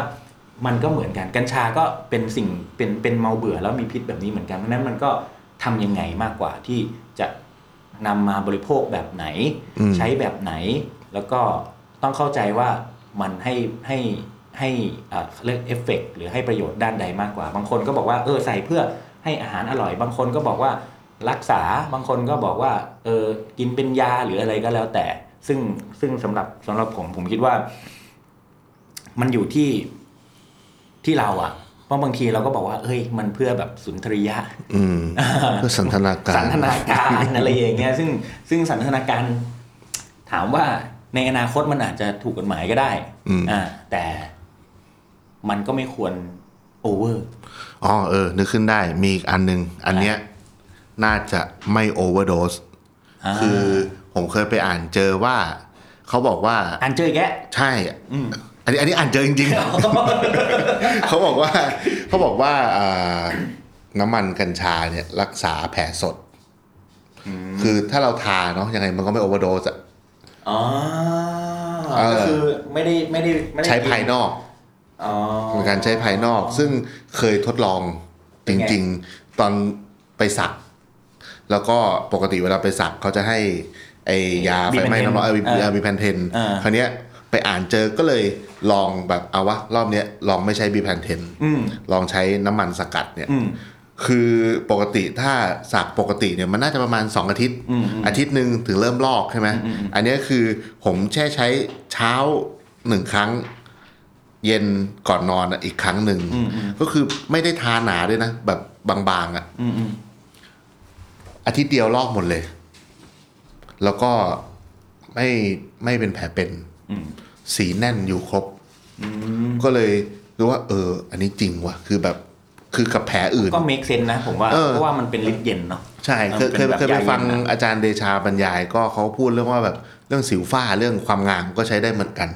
มันก็เหมือนกันกัญชาก็เป็นสิ่งเป็นเป็นเมาเบื่อแล้วมีพิษแบบนี้เหมือนกันเพราะฉะนั้นมันก็ทำยังไงมากกว่าที่จะนำมาบริโภคแบบไหน
อืม
ใช้แบบไหนแล้วก็ต้องเข้าใจว่ามันให้ให้ให้อ่าเรียกเอฟเฟกหรือให้ประโยชน์ด้านใดมากกว่า บางคนก็บอกว่าเออใส่เพื่อให้อาหารอร่อย บางคนก็บอกว่ารักษาบางคนก็บอกว่าเออกินเป็นยาหรืออะไรก็แล้วแต่ ซึ่งซึ่งสำหรับสำหรับผมผมคิดว่า มันอยู่ที่ที่เราอะเพราะบางทีเราก็บอกว่าเอ้ย มันเพื่อแบบสุนทรียะ
อื มเพื่อสันทนาการ
สันทนาการอะไรอย่างเงี้ยซึ่งซึ่งสันทนาการถามว่าในอนาคตมันอาจจะถูกกฎหมายก็ได้
อืม
อ่าแต่มันก็ไม่ควรโอเวอร์
อ๋อเออ นึกขึ้นได้มีอีกอันหนึง อันเนี้ยน่าจะไม่โอเวอร์โดส
อ่า
คือผมเคยไปอ่านเจอว่า เขาบอกว่า
อันเจอ แกะ
ใช่อันนี้อันนี้อ่านเจอจริงๆ เขาบอกว่า เขาบอกว่าอ่าน้ำมันกัญชาเนี่ย รักษาแผลสด คือถ้าเราทาเนาะยังไงมันก็ไม่โอเวอร์โดสอะ
อ๋อ
เออ
ก็คือไม่ได้ไม่ได้ไม่ได้
ใช้ภายนอก
อ๋อ
เป็นการใช้ภายนอก ซึ่งเคยทดลอง
เป็
จ
นไง
ริง ๆ ตอนไปสัก แล้วก็ปกติเวลาไปสักเขาจะให้ไอยาไฟไหม้น้ำร้อนเออมีเออมีแพนเทน
อ่า
คราวเนี้ยไปอ่านเจอก็เลยลองแบบเอาวะรอบเนี้ยลองไม่ใช้บีแพนเทน
อืม
ลองใช้น้ำมันสกัดเนี่ย
อืม
คือปกติถ้าสักปกติเนี่ยมันน่าจะประมาณ 2 อาทิตย์
อืมอืม
อาทิตย์หนึ่งถึงเริ่มลอกใช่ไหม
อืมอืม
อันเนี้ยคือผมแช่ใช้เช้าหนึ่งครั้ง เย็นก่อนนอนอะอีกครั้งหนึ่ง
อืมอืม
ก็คือไม่ได้ทาหนาด้วยนะ แบบบางๆอะ
อืมอืม
อาทิตย์เดียวลอกหมดเลย แล้วก็ไม่ไม่เป็นแผลเป็น
อืม
สีแน่นอยู่ครบ ก็เลยรู้ว่า เออ อันนี้จริงว่ะ คือแบบคือกับแผลอื่น
ก็เมคเซนนะผมว่า
เออ
เพราะว่ามันเป็นลิปเย็นเนาะ
ใช่เคยเคย
มัน
เค
เป็นแบบยา
ยไป
เย็น
ฟัง
น่ะ
อาจารย์เดชาบรรยายก็เขาพูดเรื่องว่าแบบเรื่องสิวฝ้าเรื่องความงามก็ใช้ได้เหมือนกัน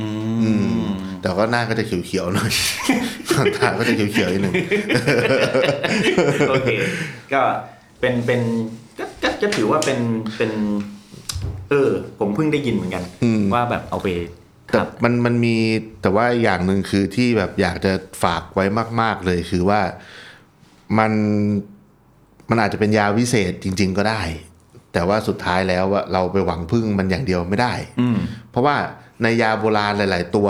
อื
อืม
ม
แต่ก็หน้าก็จะเขียวๆหน่อย ตาก็จะเขียวๆนิดหนึ่ง
โอเค ก็เป็นเป็นก็ก็ก็ถือว่าเป็นเป็น เออ ผมเพิ่งได้ยินเหมือนกัน
อืม
ว่าแบบเอาไป
แต่
ทำ
มันมันมีแต่ว่าอย่างหนึ่งคือที่แบบอยากจะฝากไว้มาก ๆเลยคือว่ามันมันอาจจะเป็นยาวิเศษจริง ๆ ก็ได้ แต่ว่าสุดท้ายแล้วอะเราไปหวังพึ่งมันอย่างเดียวไม่ได้
อืม
เพราะว่าในยาโบราณหลาย ๆ ตัว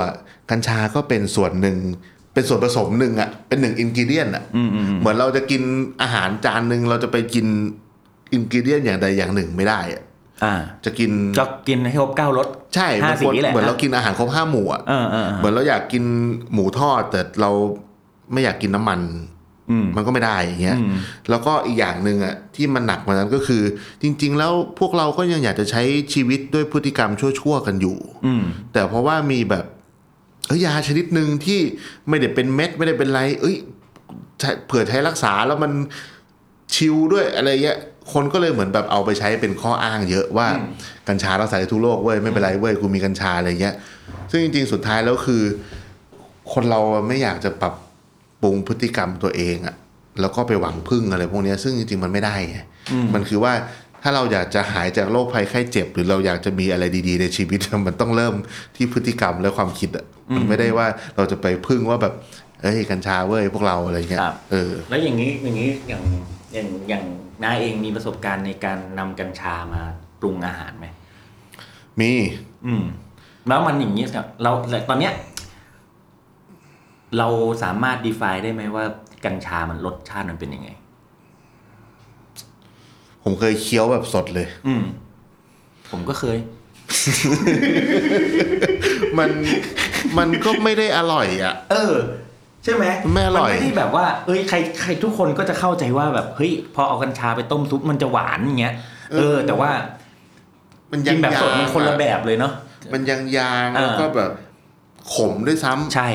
กัญชาก็เป็นส่วนหนึ่ง เป็นส่วนผสมหนึ่งอะเป็นหนึ่งอินกิเดียนอะ
อืมอืม
เหมือนเราจะกินอาหารจานหนึ่งเราจะไปกินอินกิเดียนอย่างใดอย่างหนึ่งไม่ได้อะ
อ่า
จะกิน
ก็กินให้ครบเก้ารส
ใช่
ห้าสี
บางคน
แหละ
เหมือนเรากินอาหารครบห้าหมู่อะ
เออเออ
เห
เอ
มือ
อน
เราอยากกินหมูทอด แต่เราไม่อยากกินน้ำมัน
อืม
มันก็ไม่ได้อย่างเงี้ย
อืม
แล้วก็อีกอย่างหนึ่งอ่ะที่มันหนักกว่านั้นก็คือ จริง ๆ แล้วพวกเราก็ยังอยากจะใช้ชีวิตด้วยพฤติกรรมชั่วๆกันอยู่
อืม
แต่เพราะว่ามีแบบเอ้ยยาชนิดหนึ่งที่ไม่ได้เป็นเม็ดไม่ได้เป็นไรเอ้ยใช้เผื่อใช้รักษาแล้วมันชิลด้วยอะไรเงี้ยคนก็เลยเหมือนแบบเอาไปใช้เป็นข้ออ้างเยอะว่ากัญชารักษาได้ทุกโรคเว้ยไม่เป็นไรเว้ยกูมีกัญชาอะไรเงี้ย ซึ่งจริง ๆ สุดท้ายแล้วคือ คนเราไม่อยากจะปรับปรุงพฤติกรรมตัวเองอะแล้วก็ไปหวังพึ่งอะไรพวกเนี้ยซึ่งจริง ๆ มันไม่ได้ไงมันคือว่าถ้าเราอยากจะหายจากโรคภัยไข้เจ็บ หรือเราอยากจะมีอะไรดีๆ ในชีวิต มันต้องเริ่มที่พฤติกรรมและความคิดอะมันไม่ได้ว่าเราจะไปพึ่งว่าแบบเอ้ยกัญชาเว้ยพวกเราอะไรเงี้ย
ครับ
เออ
แล้วอย่างนี้อย่างนี้อย่างอย่างอย่างน้าเองมีประสบการณ์ในการนำกัญชามาปรุงอาหารไหม
มี
อืมแล้วมันอย่างนี้ครับเราแต่ตอนเนี้ย เราสามารถ define ได้ไหมว่ากัญชามันรสชาติมันเป็นยังไง
ผมเคยเคี้ยวแบบสดเลย
อืม ผมก็เคย
มันมันก็ไม่ได้อร่อยอะ
เออ ใช่ไหม
ไม่อร่อย
นไม่ได้แบบว่า เอ้ยใครใครทุกคนก็จะเข้าใจว่าแบบเฮ้ยพอเอากัญชาไปต้มซุปมันจะหวานอย่างเงี้ยเออ แต่ว่า
มันยั
กิ
ง
นแบบสด
ยาง
มันคนละแบบเลยเนาะ
มันยังยาง
อ่า
แล้วก็แบบขมด้วยซ้ำ
ใช่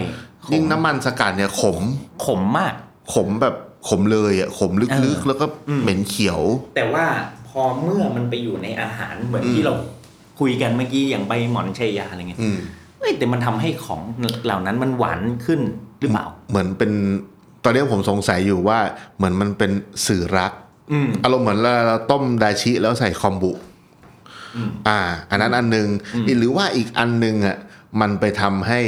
ข
ยิ่ง
ม
น้ำมันสกัดเนี่ยขม
ขมมาก
ขมแบบขมเลยอ่ะ ขม
เอ
ลึ
อก
ๆ แล้วก็
อืม
เหม็นเขียว
แต่ว่าพอเมื่อมันไปอยู่ในอาหารเหมือน
อืม
ที่เราคุยกันเมื่อกี้อย่างใบหมอนชัยยาอะไรเงี้ย
อืม
เอ้ยแต่มันทำให้ของเหล่านั้นมันหวานขึ้นหรือเปล่า
เหมือนเป็น ตอนนี้ผมสงสัยอยู่ว่าเหมือนมันเป็นสื่อรัก
อืม
อารมณ์เหมือนเราต้มดาชิแล้วใส่คอมบุ
อืม
อ่า อันนั้นอันหนึงอีกหรือว่าอีกอันหนึงอ่ะมันไปทำให้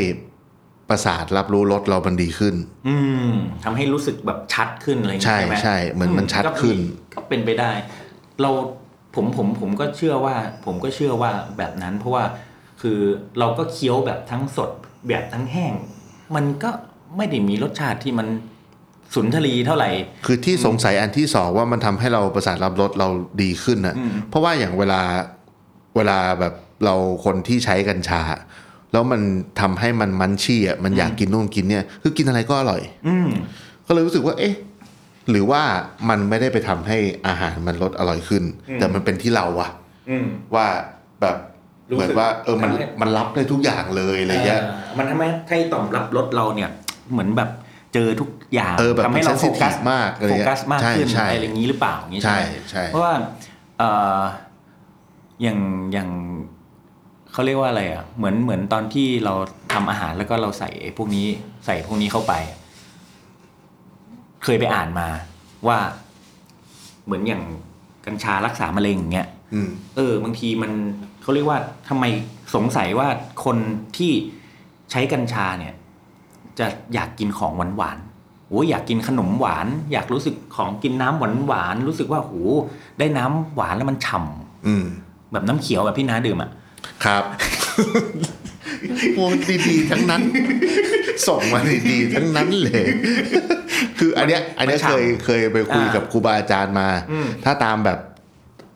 ประสาทรับรู้รสเรามันดีขึ้น
อืมทำให้รู้สึกแบบชัดขึ้นอะไรอย่าง
ใช่
เงี้ยใช่ไหม
ใช่เหมือนมันชัด
ก็เป็
ขึ้น
ก็เป็นไปได้ เราผมผมผมก็เชื่อว่า ผมก็เชื่อว่าแบบนั้น เพราะว่าคือเราก็เคี้ยวแบบทั้งสดแบบทั้งแห้ง มันก็ไม่ได้มีรสชาติที่มันสุนทรีเท่าไหร่
คือที่สงสัยอันที่สองว่ามันทำให้เราประสาทรับรสเราดีขึ้นน่ะ
อืม
เพราะว่าอย่างเวลาเวลาแบบเราคนที่ใช้กัญชา แล้วมันทำให้มันมันชี่อ่ะมันอยากกินนู่นกินเนี่ย คือกินอะไรก็อร่อย
อืม
ก็เลยรู้สึกว่า เอ๊ะ หรือว่ามันไม่ได้ไปทำให้อาหารมันรสอร่อยขึ้น
อืม
แต่มันเป็นที่เราอะ
อืม
ว่าแบบ
รู้สึก
เหมือนว่า เออมัน
ทำให้
มันรับได้ทุกอย่างเลยอะไรเงี้ย
อมันทำให้ให้ต่อมรับรสเราเนี่ยเหมือนแบบเจอทุกอย่าง
เออแบบ
ทำให้เราโฟกัส
sensitive มากอะไร
โฟ
เงี้ย
กัสมาก
ใช่
ขึ้น
ใช่
อะไรอย่างนี้หรือเปล่าอย่างนี้
ใช่
ใช่ไหม
ใช่
เพราะว่าเอ่ออย่างอย่างเขาเรียกว่าอะไรอ่ะเหมือนเหมือนตอนที่เราทำอาหารแล้วก็เราใส่ไอ้พวกนี้ใส่พวกนี้เข้าไป เคยไปอ่านมาว่า เหมือนอย่างกัญชารักษามะเร็งอย่างเงี้ย
อืม
เออบางทีมันเขาเรียกว่าทำไมสงสัยว่าคนที่ใช้กัญชาเนี่ย จะอยากกินของหวานหวานๆโอ้ยอยากกินขนมหวาน อยากรู้สึกของกินน้ำหวานหวานๆรู้สึกว่าโหได้น้ำหวานแล้วมันฉ่
อืม
ำแบบน้ำเขียวแบบพี่น้าดื่มอะ
ครับ วงดีๆทั้งนั้น ส่งมาดีๆทั้งนั้นเลย คืออันเนี้ย อันเนี้ยเคยเคยไปคุยกับครูบาอาจารย์มา ถ้าตามแบบ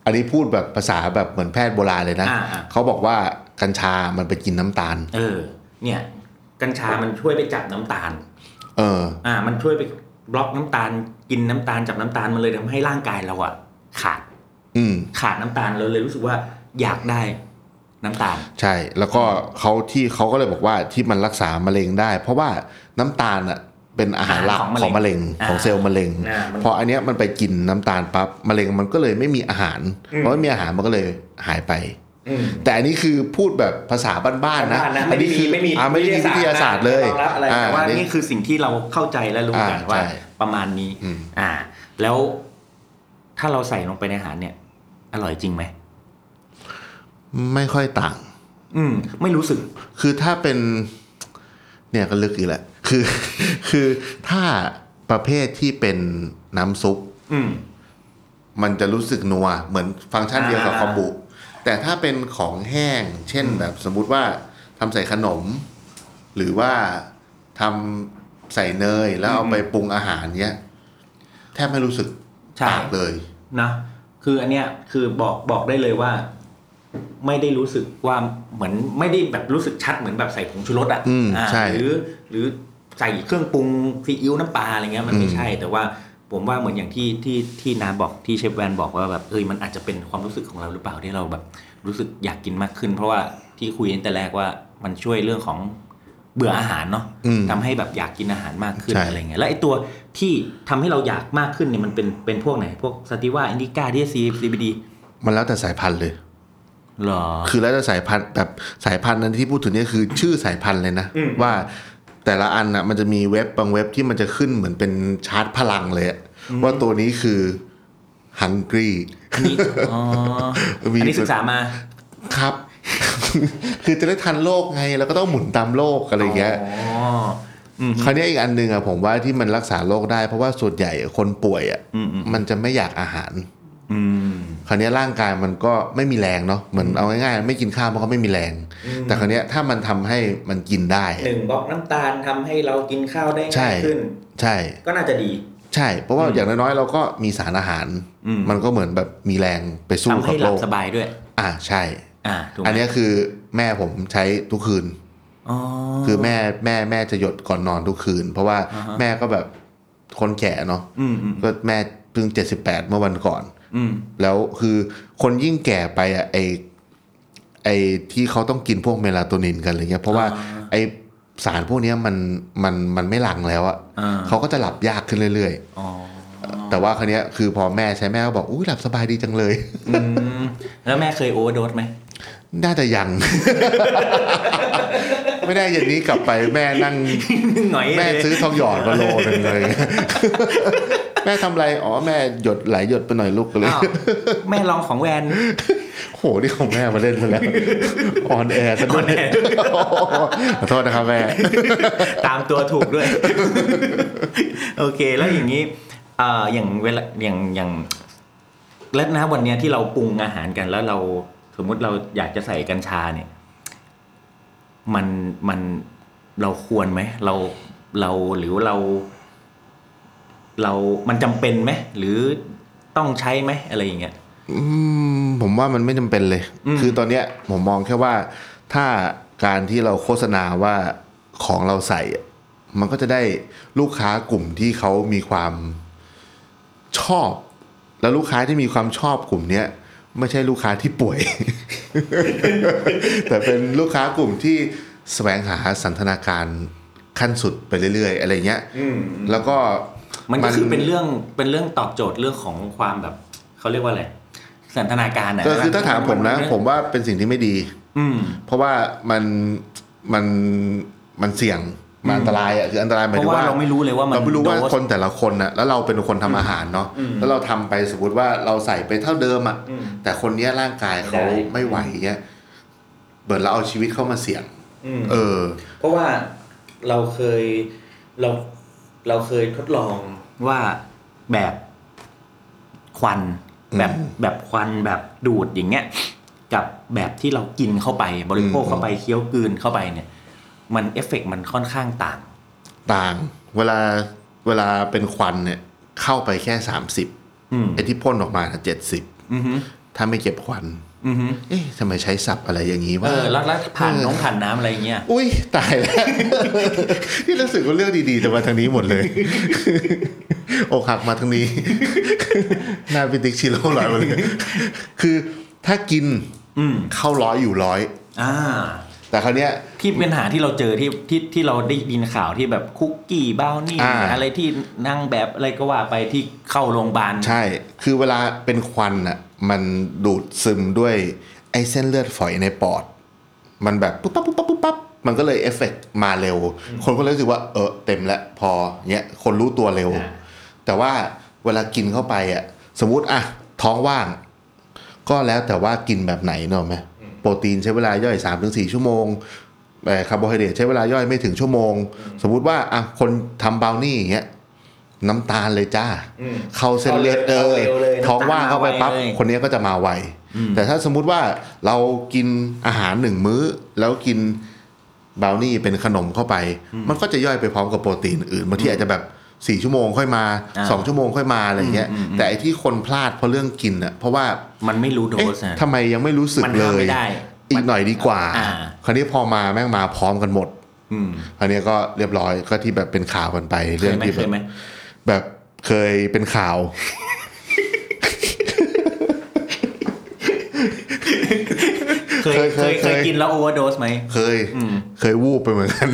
อันนี้พูดแบบภาษาแบบเหมือนแพทย์โบราณเลยนะ เขาบอกว่ากัญชามันไปกินน้ำตาล
เออ เนี่ย กัญชามันช่วยไปจับน้ำตาล
เออ
อ่า มันช่วยไปบล็อกน้ำตาล กินน้ำตาลจับน้ำตาลมันเลยทำให้ร่างกายเราอะขาด
อืม
ขาดน้ำตาลเราเลยรู้สึกว่าอยากได้น้ำตาล
ใช่ แล้วก็เขาที่เขาก็เลยบอกว่าที่มันรักษามะเร็งได้ เพราะว่าน้ำตาลอ่ะเป็นอาหารหลัก
อาหาร
ข
ข
อ
อง ง
มะ
มะเร็
เร็ง
งอ่า
ของเซลล์มะเร็ง
อ่ามัน
พออันเนี้ยมันไปกินน้ำตาลปั๊บมะเร็งมันก็เลยไม่มีอาหาร เพราะไม่มีอาหารมันก็เลยหายไป แต่อันนี้คือพูดแบบภาษาบ้านๆนะ
บ้านๆนะ
อั
ไม่ได้มี
คื
ไม่มี
อ่าไม่ได้มีวิทยาศาสตร์เลย
ไม่ได้รองบอะไรแต่ว่า
อันนี้
นี่คือสิ่งที่เราเข้าใจและรู้กัน
อ่า
ว่า
ใช่
ประมาณนี้
อืม
อ่า แล้วถ้าเราใส่ลงไปในอาหารเนี่ย อร่อยจริงไหม
ไม่ค่อยต่าง
อืม ไม่รู้สึก
คือถ้าเป็นเนี่ยก็ลึกอีกแหละ คือ คือถ้าประเภทที่เป็นน้ำซุป
อืม
มันจะรู้สึกนัวเหมือนฟังก์ชันเดียวกับ
อ่า
คอมบุ แต่ถ้าเป็นของแห้ง เช่นแบบสมมุติว่าทำใส่ขนม หรือว่าทำใส่เนยแล้วเอาไปปรุงอาหารเนี้ยแทบไม่รู้สึก
ใช่
ต่างเลย
นะคืออันเนี้ยคือบอกบอกได้เลยว่า ไม่ได้รู้สึกว่าเหมือนไม่ได้แบบรู้สึกชัดเหมือนแบบใส่ผงชูรสอ่ะ
อืม
อ่า
ใช่
หรือ หรือใส่เครื่องปรุงซีอิ๊วน้ำปลาอะไรเงี้ยมัน
อื
ไม่
ม
ใช่ แต่ว่าผมว่าเหมือนอย่างที่ที่ที่นาบอกที่เชฟแวนบอกว่าแบบเอ้ยมันอาจจะเป็นความรู้สึกของเราหรือเปล่าที่เราแบบรู้สึกอยากกินมากขึ้น เพราะว่าที่คุยตั้งแต่แรกว่ามันช่วยเรื่องของเบื่ออาหารเนาะ
อืม
ทำให้แบบอยากกินอาหารมากขึ้น
ใช่
อะไรเงี้ยแล้วไอตัวที่ทำให้เราอยากมากขึ้นเนี่ยมันเป็นเป็นพวกไหน พวกสติว่าอินดิก้าดีซีซีบีดี
มันแล้วแต่สายพันธุ์เลย
หรอ
คือแล้วแต่สายพันธุ์แบบสายพันธุ์นั้นที่พูดถึงเนี่ยคือชื่อสายพันธุ์เลยนะ ว่าแต่ละอันอ่ะมันจะมีเว็บบางเว็บที่มันจะขึ้นเหมือนเป็นชาร์ตพลังเลยอะว่าตัวนี้คือฮังกรี
นี่อ๋อ
มี
อันนี้ศึกษามา
ครับ คือจะได้ทันโลกไง แล้วก็ต้องหมุนตามโลกอะไรอย่างเงี้ย
อ๋อ
คราวนี้อีกอันหนึ่งอะผมว่าที่มันรักษาโรคได้ เพราะว่าส่วนใหญ่คนป่วยอะ
อืมอืม
มันจะไม่อยากอาหาร
อืม
คราวนี้ร่างกายมันก็ไม่มีแรงเนาะ เหมือนเอาง่ายๆ ไม่กินข้าวมันก็ไม่มีแรง แต่คราวนี้ถ้ามันทำให้มันกินได้
ห
อะ
นึ่งบล็อกน้ำตาลทำให้เรากินข้าวได้
ใช่
ง่ายขึ้น
ใช่
ก็น่าจะดี
ใช่ เพราะว่าอย่างน้อยๆเราก็มีสารอาหาร
อืม
มันก็เหมือนแบบมีแรงไปสู้
ทำ
กั
ให้
บ
ห
โร
ลับ
ค
สบายด้วย
อ่าใช่
อ่าถูกไหม
อันนี้คือแม่ผมใช้ทุกคืน
อ๋อ
คือแม่แม่แม่จะหยดก่อนนอนทุกคืน เพราะว่า
อ่าฮะ
แม่ก็แบบคนแก่เนาะ
อืมอืม
ก็แม่เพิ่งเจ็ดสิบแปดเมื่อวันก่อน
อืม
แล้วคือคนยิ่งแก่ไปอะไอไอที่เขาต้องกินพวกเมลาโทนินกันอะไรเงี้ยเพราะว่าไอสารพวกเนี้ยมันมันมันไม่หลั่งแล้วอะ
อ่า
เขาก็จะหลับยากขึ้นเรื่อย
อ๋อ
ๆ แต่ว่าครั้นี้ยคือพอแม่ใช้แม่ก็บอกอุ้ยหลับสบายดีจังเลย
อืมแล้วแม่เคยโอเวอร์โดสไหม
น่าจะยัง ไม่ได้เย็นนี้กลับไปแม่นั่ง
หน่อย
แม่ซื้อทองหยอดมาโลนึงเลย แม่ทำไร อ๋อแม่หยดไหลหยดไปหน่อยลูกก็เลย
อ้าวแม่ลองของแวน
โห นี่ของแม่มาเล่นซะแล้ว ออนแอร์ซะด้
ออ
ว
ย นแอร์
โอ้โหขอโทษนะครับแม่
ตามตัวถูกด้วย โอเค แล้วอย่างนี้เอ่ออย่างเวลาอย่างอย่างแล้วนะวันเนี้ยที่เราปรุงอาหารกันแล้วเราสมมุติเราอยากจะใส่กัญชาเนี่ย มันมันเราควรไหมเราเราหรือเรา เรามันจำเป็นไหมหรือต้องใช้ไหมอะไรอย่างเงี้ย
อืมผมว่ามันไม่จำเป็นเลย
อืม
คือตอนเนี้ยผมมองแค่ว่า ถ้าการที่เราโฆษณาว่าของเราใส่อะมันก็จะได้ลูกค้ากลุ่มที่เขามีความชอบ แล้วลูกค้าที่มีความชอบกลุ่มเนี้ยไม่ใช่ลูกค้าที่ป่วย แต่เป็นลูกค้ากลุ่มที่แสวงหาสันทนาการขั้นสุดไปเรื่อยๆ อะไรเงี้ยแล้วก็
มันก็คือเป็นเรื่องเป็นเรื่องตอบโจทย์เรื่องของความแบบเขาเรียกว่าอะไรสันทนาการะ
ก็คือถ้าถามผมนะ ผมว่าเป็นสิ่งที่ไม่ดี
อืม
เพราะว่ามันมันมันเสี่ยงมันอันตรายอ่ะคืออันตรายหมายถึงว่า
เพราะว่าเราไม่รู้เลยว่ามัน
เราไม่รู้ว่า
โดส
คนแต่ละคนน่ะแล้วเราเป็นคนทำอาหารเนาะแล้วเราทำไปสมมติว่าเราใส่ไปเท่าเดิมอ่ะแต่คนเนี้ยร่างกายเขา
ได้
ไม่ไหวเงี้ยเบิดเราเอาชีวิตเข้ามาเสี่ยง
อืม
เออ
เพราะว่าเราเคยเราเราเคยทดลองว่าแบบควันแบบแบบควันแบบดูดอย่างเงี้ย กับแบบที่เรากินเข้าไปบริโภคเข้าไปเคี้ยวกลืนเข้าไปเนี่ย มันเอฟเฟกต์มันค่อนข้างต่าง
ต่างเวลาเวลาเป็นควันเนี่ย เข้าไปแค่สามสิบ
อืม
ไอ้ที่พ่นออกมาเจ็ดสิบ
อือฮึ
ถ้าไม่เก็บควัน
อือฮึ
เอ๊ะทำไมใช้สับอะไรอย่างนี้
เอ
วะ
อแล้วแล้วผ่านน้องผ่านน้ำอะไรเงี้ย
อุ้ยตายแล้ว ที่รู้สึกว่าเรื่องดีๆจะมาทางนี้หมดเลย อกหักมาทาง นี้ หน้าเป็นติ๊กชิโร่ลอยมา เลย คือถ้ากิน
อืม
เข้าร้อยอยู่ร้อย
อ่า
แต่คราวเนี้ย
ที่ปัญหาที่เราเจอที่ที่ที่เราได้ยินข่าวที่แบบคุกกี้บ้าวนี่
อ่า
อะไรที่นั่งแบบอะไรก็ว่าไปที่เข้าโรงพยาบาล
ใช่ คือเวลาเป็นควันอ่ะ มันดูดซึมด้วยไอ้เส้นเลือดฝอยในปอด มันแบบปุ๊บปั๊บปุ๊บปั๊บปุ๊บปั๊บ มันก็เลยเอฟเฟกต์มาเร็ว คนก็เลยรู้สึกว่าเออเต็มแล้วพอเนี้ย คนรู้ตัวเร็ว แต่ว่าเวลากินเข้าไปอ่ะ สมมติอ่ะท้องว่าง ก็แล้วแต่ว่ากินแบบไหนเนอะไหมโปรตีนใช้เวลาย่อย3าถึงสชั่วโมงเอ่อคาร์โบไฮเดรตใช้เวลาย่อยไม่ถึงชั่วโมง สมมุติว่าอ่ะคนทำบราวนี่อย่างเงี้ยน้ำตาลเลยจ้า เข้าเส้นเลือดเออท้องว่างเข้าไปปั๊บคนนี้ก็จะมาไวแต่ถ้าสมมุติว่าเรากินอาหารหนึ่งมื้อ แล้วกินบราวนี่เป็นขนมเข้าไป มันก็จะย่อยไปพร้อมกับโปรตีนอื่นบางทีอาจจะแบบสี่ชั่วโมงค่อยมาสองชั่วโมงค่อยมาอะไรอย่างเงี้ย แต่ไอที่คนพลาดเพราะเรื่องกินอ่ะเพราะว่า
มันไม่รู้โด
เอ๊ะ
สนะ
ทำไมยังไม่รู้สึก
มัน
เล
ห้าม
ย
ไม่ได้
อีกหน่อยดีกว่า
อ่า
คราวนี้พอมาแม่งมาพร้อมกันหมด
อืม
อันนี้ก็เรียบร้อยก็ที่แบบเป็นข่าวกันไป
เค
เรื่อย ง
ไหม
ที่
เค
แบ
ย
บ
ไหม
แบบเคยเป็นข่าว
เคยเค
เค
ย
ย
เค
เค
ย
ย
กินแล้วโอเวอร์โดสไหม
เคย
อืม
เคยวูบไปเหมือนกัน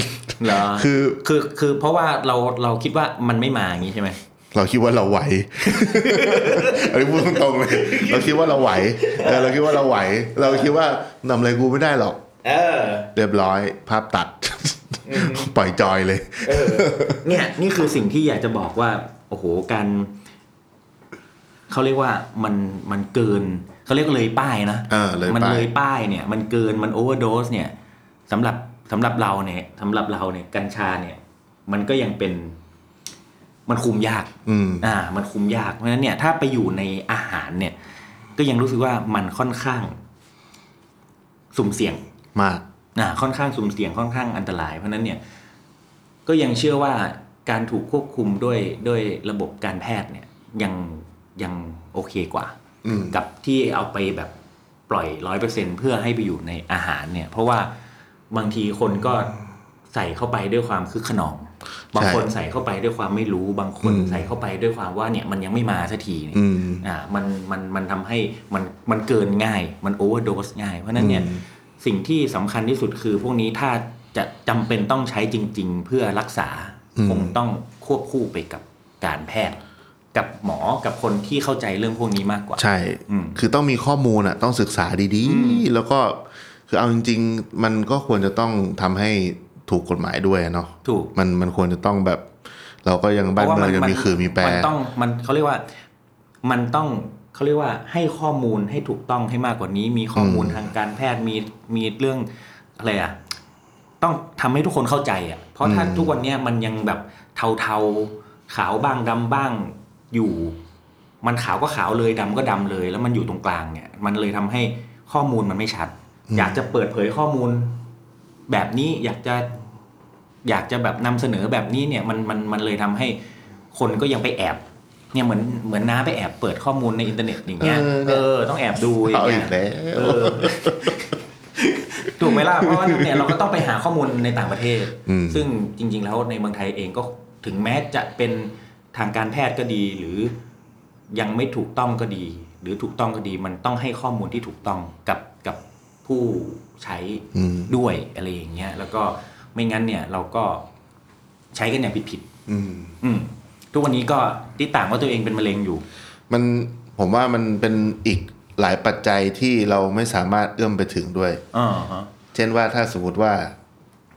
เหรอ
คือ
คือคือเพราะว่าเราเราคิดว่ามันไม่มาอย่างนี้ใช่ไหม
เราคิดว่าเราไหว อันนี้พูดตรงๆเลยเราคิดว่าเราไหวเออเราคิดว่าเราไหว เราคิดว่านำอะไรกูไม่ได้หรอก
เออ
เรียบร้อย ภาพตัด ปล่อยจอยเลย
เออเนี่ยนี่คือสิ่งที่อยากจะบอกว่า โอ้โหการเขาเรียกว่ามันมันเกินเขาเรียกเลยป้ายนะ
เออเลยป้าย
มันเลยป้ายเนี่ย มันเกินมันโอเวอร์โดสเนี่ยสำหรับสำหรับเราเนี่ยสำหรับเราเนี่ยกัญชาเนี่ย มันก็ยังเป็น มันคุมยาก
อืม
อ่า มันคุมยากเพราะฉะนั้นเนี่ย ถ้าไปอยู่ในอาหารเนี่ย ก็ยังรู้สึกว่ามันค่อนข้าง สุ่มเสี่ยง
มาก
อ่าค่อนข้างสุ่มเสี่ยงค่อนข้างอันตราย เพราะฉะนั้นเนี่ยก็ยังเชื่อว่าการถูกควบคุมด้วยด้วยระบบการแพทย์เนี่ยยังยังโอเคกว่า
อืม
กับที่เอาไปแบบปล่อยร้อยเปอร์เซ็นเพื่อให้ไปอยู่ในอาหารเนี่ย เพราะว่าบางทีคนก็ใส่เข้าไปด้วยความคึกขนอง บางคนใส่เข้าไปด้วยความไม่รู้บางคน
อืม
ใส่เข้าไปด้วยความว่าเนี่ยมันยังไม่มาสักทีเนี่ย
อืม
อ่ามันมันมันทำให้มันมันเกินง่าย มันโอเวอร์โดสง่าย เพราะฉะนั้นเนี่ย
อืม
สิ่งที่สำคัญที่สุดคือ พวกนี้ถ้าจะจำเป็นต้องใช้จริง ๆ เพื่อรักษาคงต้องควบคู่ไปกับการแพทย์ กับหมอกับคนที่เข้าใจเรื่องพวกนี้มากกว่า
ใช่
อืม
คือต้องมีข้อมูลอ่ะ ต้องศึกษาดีๆ แล้วก็ คือเอาจริง ๆ มันก็ควรจะต้องทำให้ถูกกฎหมายด้วยเนาะ
ถูก
มันมันควรจะต้องแบบ เราก็ยังบ้านเมืองยังมีขื่อมีแปร
มันต้องมันเขาเรียกว่ามันต้องเขาเรียกว่าให้ข้อมูลให้ถูกต้องให้มากกว่านี้ มีข้อมูล
อืม
ทางการแพทย์มีมีเรื่องอะไรอ่ะต้องทำให้ทุกคนเข้าใจอ่ะเพราะถ้า
อืม
ทุกวันเนี้ยมันยังแบบเทาๆขาวบ้างดำบ้างอยู่ มันขาวก็ขาวเลยดำก็ดำเลย แล้วมันอยู่ตรงกลางเนี่ย มันเลยทำให้ข้อมูลมันไม่ชัด อยากจะเปิดเผยข้อมูล แบบนี้อยากจะอยากจะแบบนำเสนอแบบนี้เนี่ยมันมันมันเลยทำให้คนก็ยังไปแอบ เนี่ยเหมือนเหมือนน้าไปแอบเปิดข้อมูลในอินเทอร์เน็ตอย่างเงี้ย
เออเนี่
เอย อต้องแอบดูอย่าง
เอาอี
เงี้
ก
ย
แล้ว
เออถูกไหมล่ะเพราะว่าเนี่ยเราก็ต้องไปหาข้อมูลในต่างประเทศ
ม
ซึ่งจริง ๆ แล้วในเมืองไทยเองก็ถึงแม้จะเป็นทางการแพทย์ก็ดี หรือยังไม่ถูกต้องก็ดี หรือถูกต้องก็ดี มันต้องให้ข้อมูลที่ถูกต้องกับกับผู้ใช้
อืม
ด้วยอะไรอย่างเงี้ยแล้วก็ไม่งั้นเนี่ยเราก็ใช้กันอย่างผิด
อืม
ๆอืมทุกวันนี้ก็ที่ต่างว่าตัวเองเป็นมะเร็งอยู่
มันผมว่ามันเป็นอีกหลายปัจจัยที่เราไม่สามารถเอื้อมไปถึงด้วย
อ่าฮะ
เช่นว่าถ้าสมมติว่า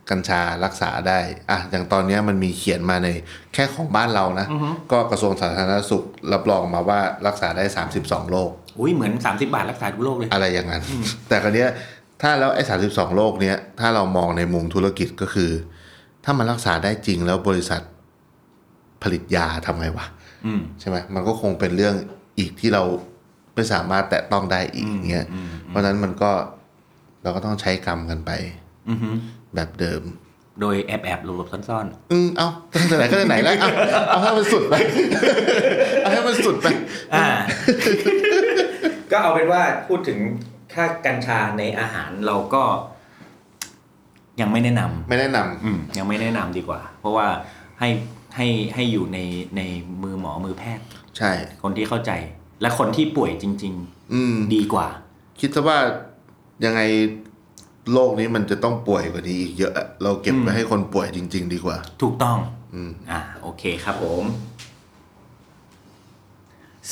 กัญชารักษาได้อะอย่างตอนเนี้ยมันมีเขียนมาในแค่ของบ้านเรานะ ก็กระทรวงสาธารณสุขรับรองมาว่ารักษาได้ 32 โรค
อุ้ยเหมือน 30 บาทรักษาทุกโรคเลย
อะไรอย่างนั้น แต่คราวเนี้ยถ้าแล้วไอ้สาโรคเนี้ยถ้าเรามองในมุมธุรกิจก็คือ ถ้ามันรักษาได้จริงแล้วบริษัทผลิตยาทำไงวะ
อืม
ใช่ไหมมันก็คงเป็นเรื่องอีกที่เราไม่สามารถแตะต้องได้อีกอย่างเงี้ย
อืมอืม
เพราะฉะนั้นมันก็เราก็ต้องใช้กรรมกันไป
อือฮึ
แบบเดิม
โดยแอบแอบๆหลบๆซ่อนๆ
อืมเอาตั้งแต่ไหนก็ตั้งแต่ไหนแล้วเอาเอาให้มันสุดไป เอาให้มันสุดไป
อ่า ก็เอาเป็นว่าพูดถึงค่ากัญชาในอาหารเราก็ ยังไม่แนะนำ
ไม่แนะนำ
อืมยังไม่แนะนำดีกว่า เพราะว่าให้ให้ให้อยู่ในในมือหมอมือแพทย์
ใช่
คนที่เข้าใจ และคนที่ป่วยจริง
อืม
ๆ ดีกว่า
คิดซะว่ายังไงโลกนี้มันจะต้องป่วยกว่านี้อีกเยอะอะเราเก็บไว้ให้คนป่วยจริง ๆ ดีกว่า
ถูกต้อง
อืม
อ่า โอเคครับผม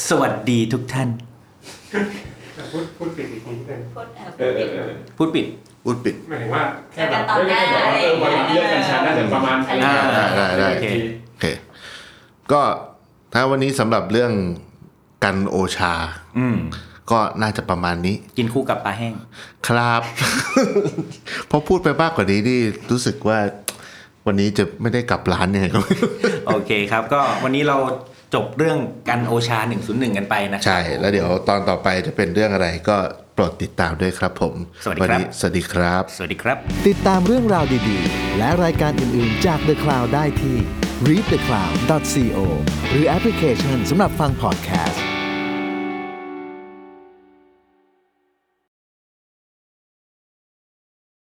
สวัสดีทุกท่าน
พูดพูดปิดอีกทีนึง
พูดแอบ
เออเออเออ
พูดปิด
อุดปิด
หมายถึงว่าแค่แบบไม่ได้แบบว่าเออวันรับเรื่องกัญชาน่าจะประมาณ
อ่าได้ได้
โอเค
โอเค ก็ถ้าวันนี้สำหรับเรื่องกันโอชา
อืม
ก็น่าจะประมาณนี้
กินคู่กับปลาแห้ง
ครับ พอพูดไปมากกว่านี้นี่รู้สึกว่าวันนี้จะไม่ได้กลับร้านยังไงก็ไม่รู้
โอเคครับ ก็วันนี้เราจบเรื่องกันโอชา 101 กันไปนะครับ
ใช่ แล้วเดี๋ยวตอนต่อไปจะเป็นเรื่องอะไรก็โปรดติดตามด้วยครับผม
สวัสดีครับ
นนี้สวัสดีครับ
สวัสดีครับ
ติดตามเรื่องราวดีๆ และรายการอื่น ๆ จาก The Cloud ได้ที่ readthecloud.co หรือแอปพลิเคชันสำหรับฟัง podcast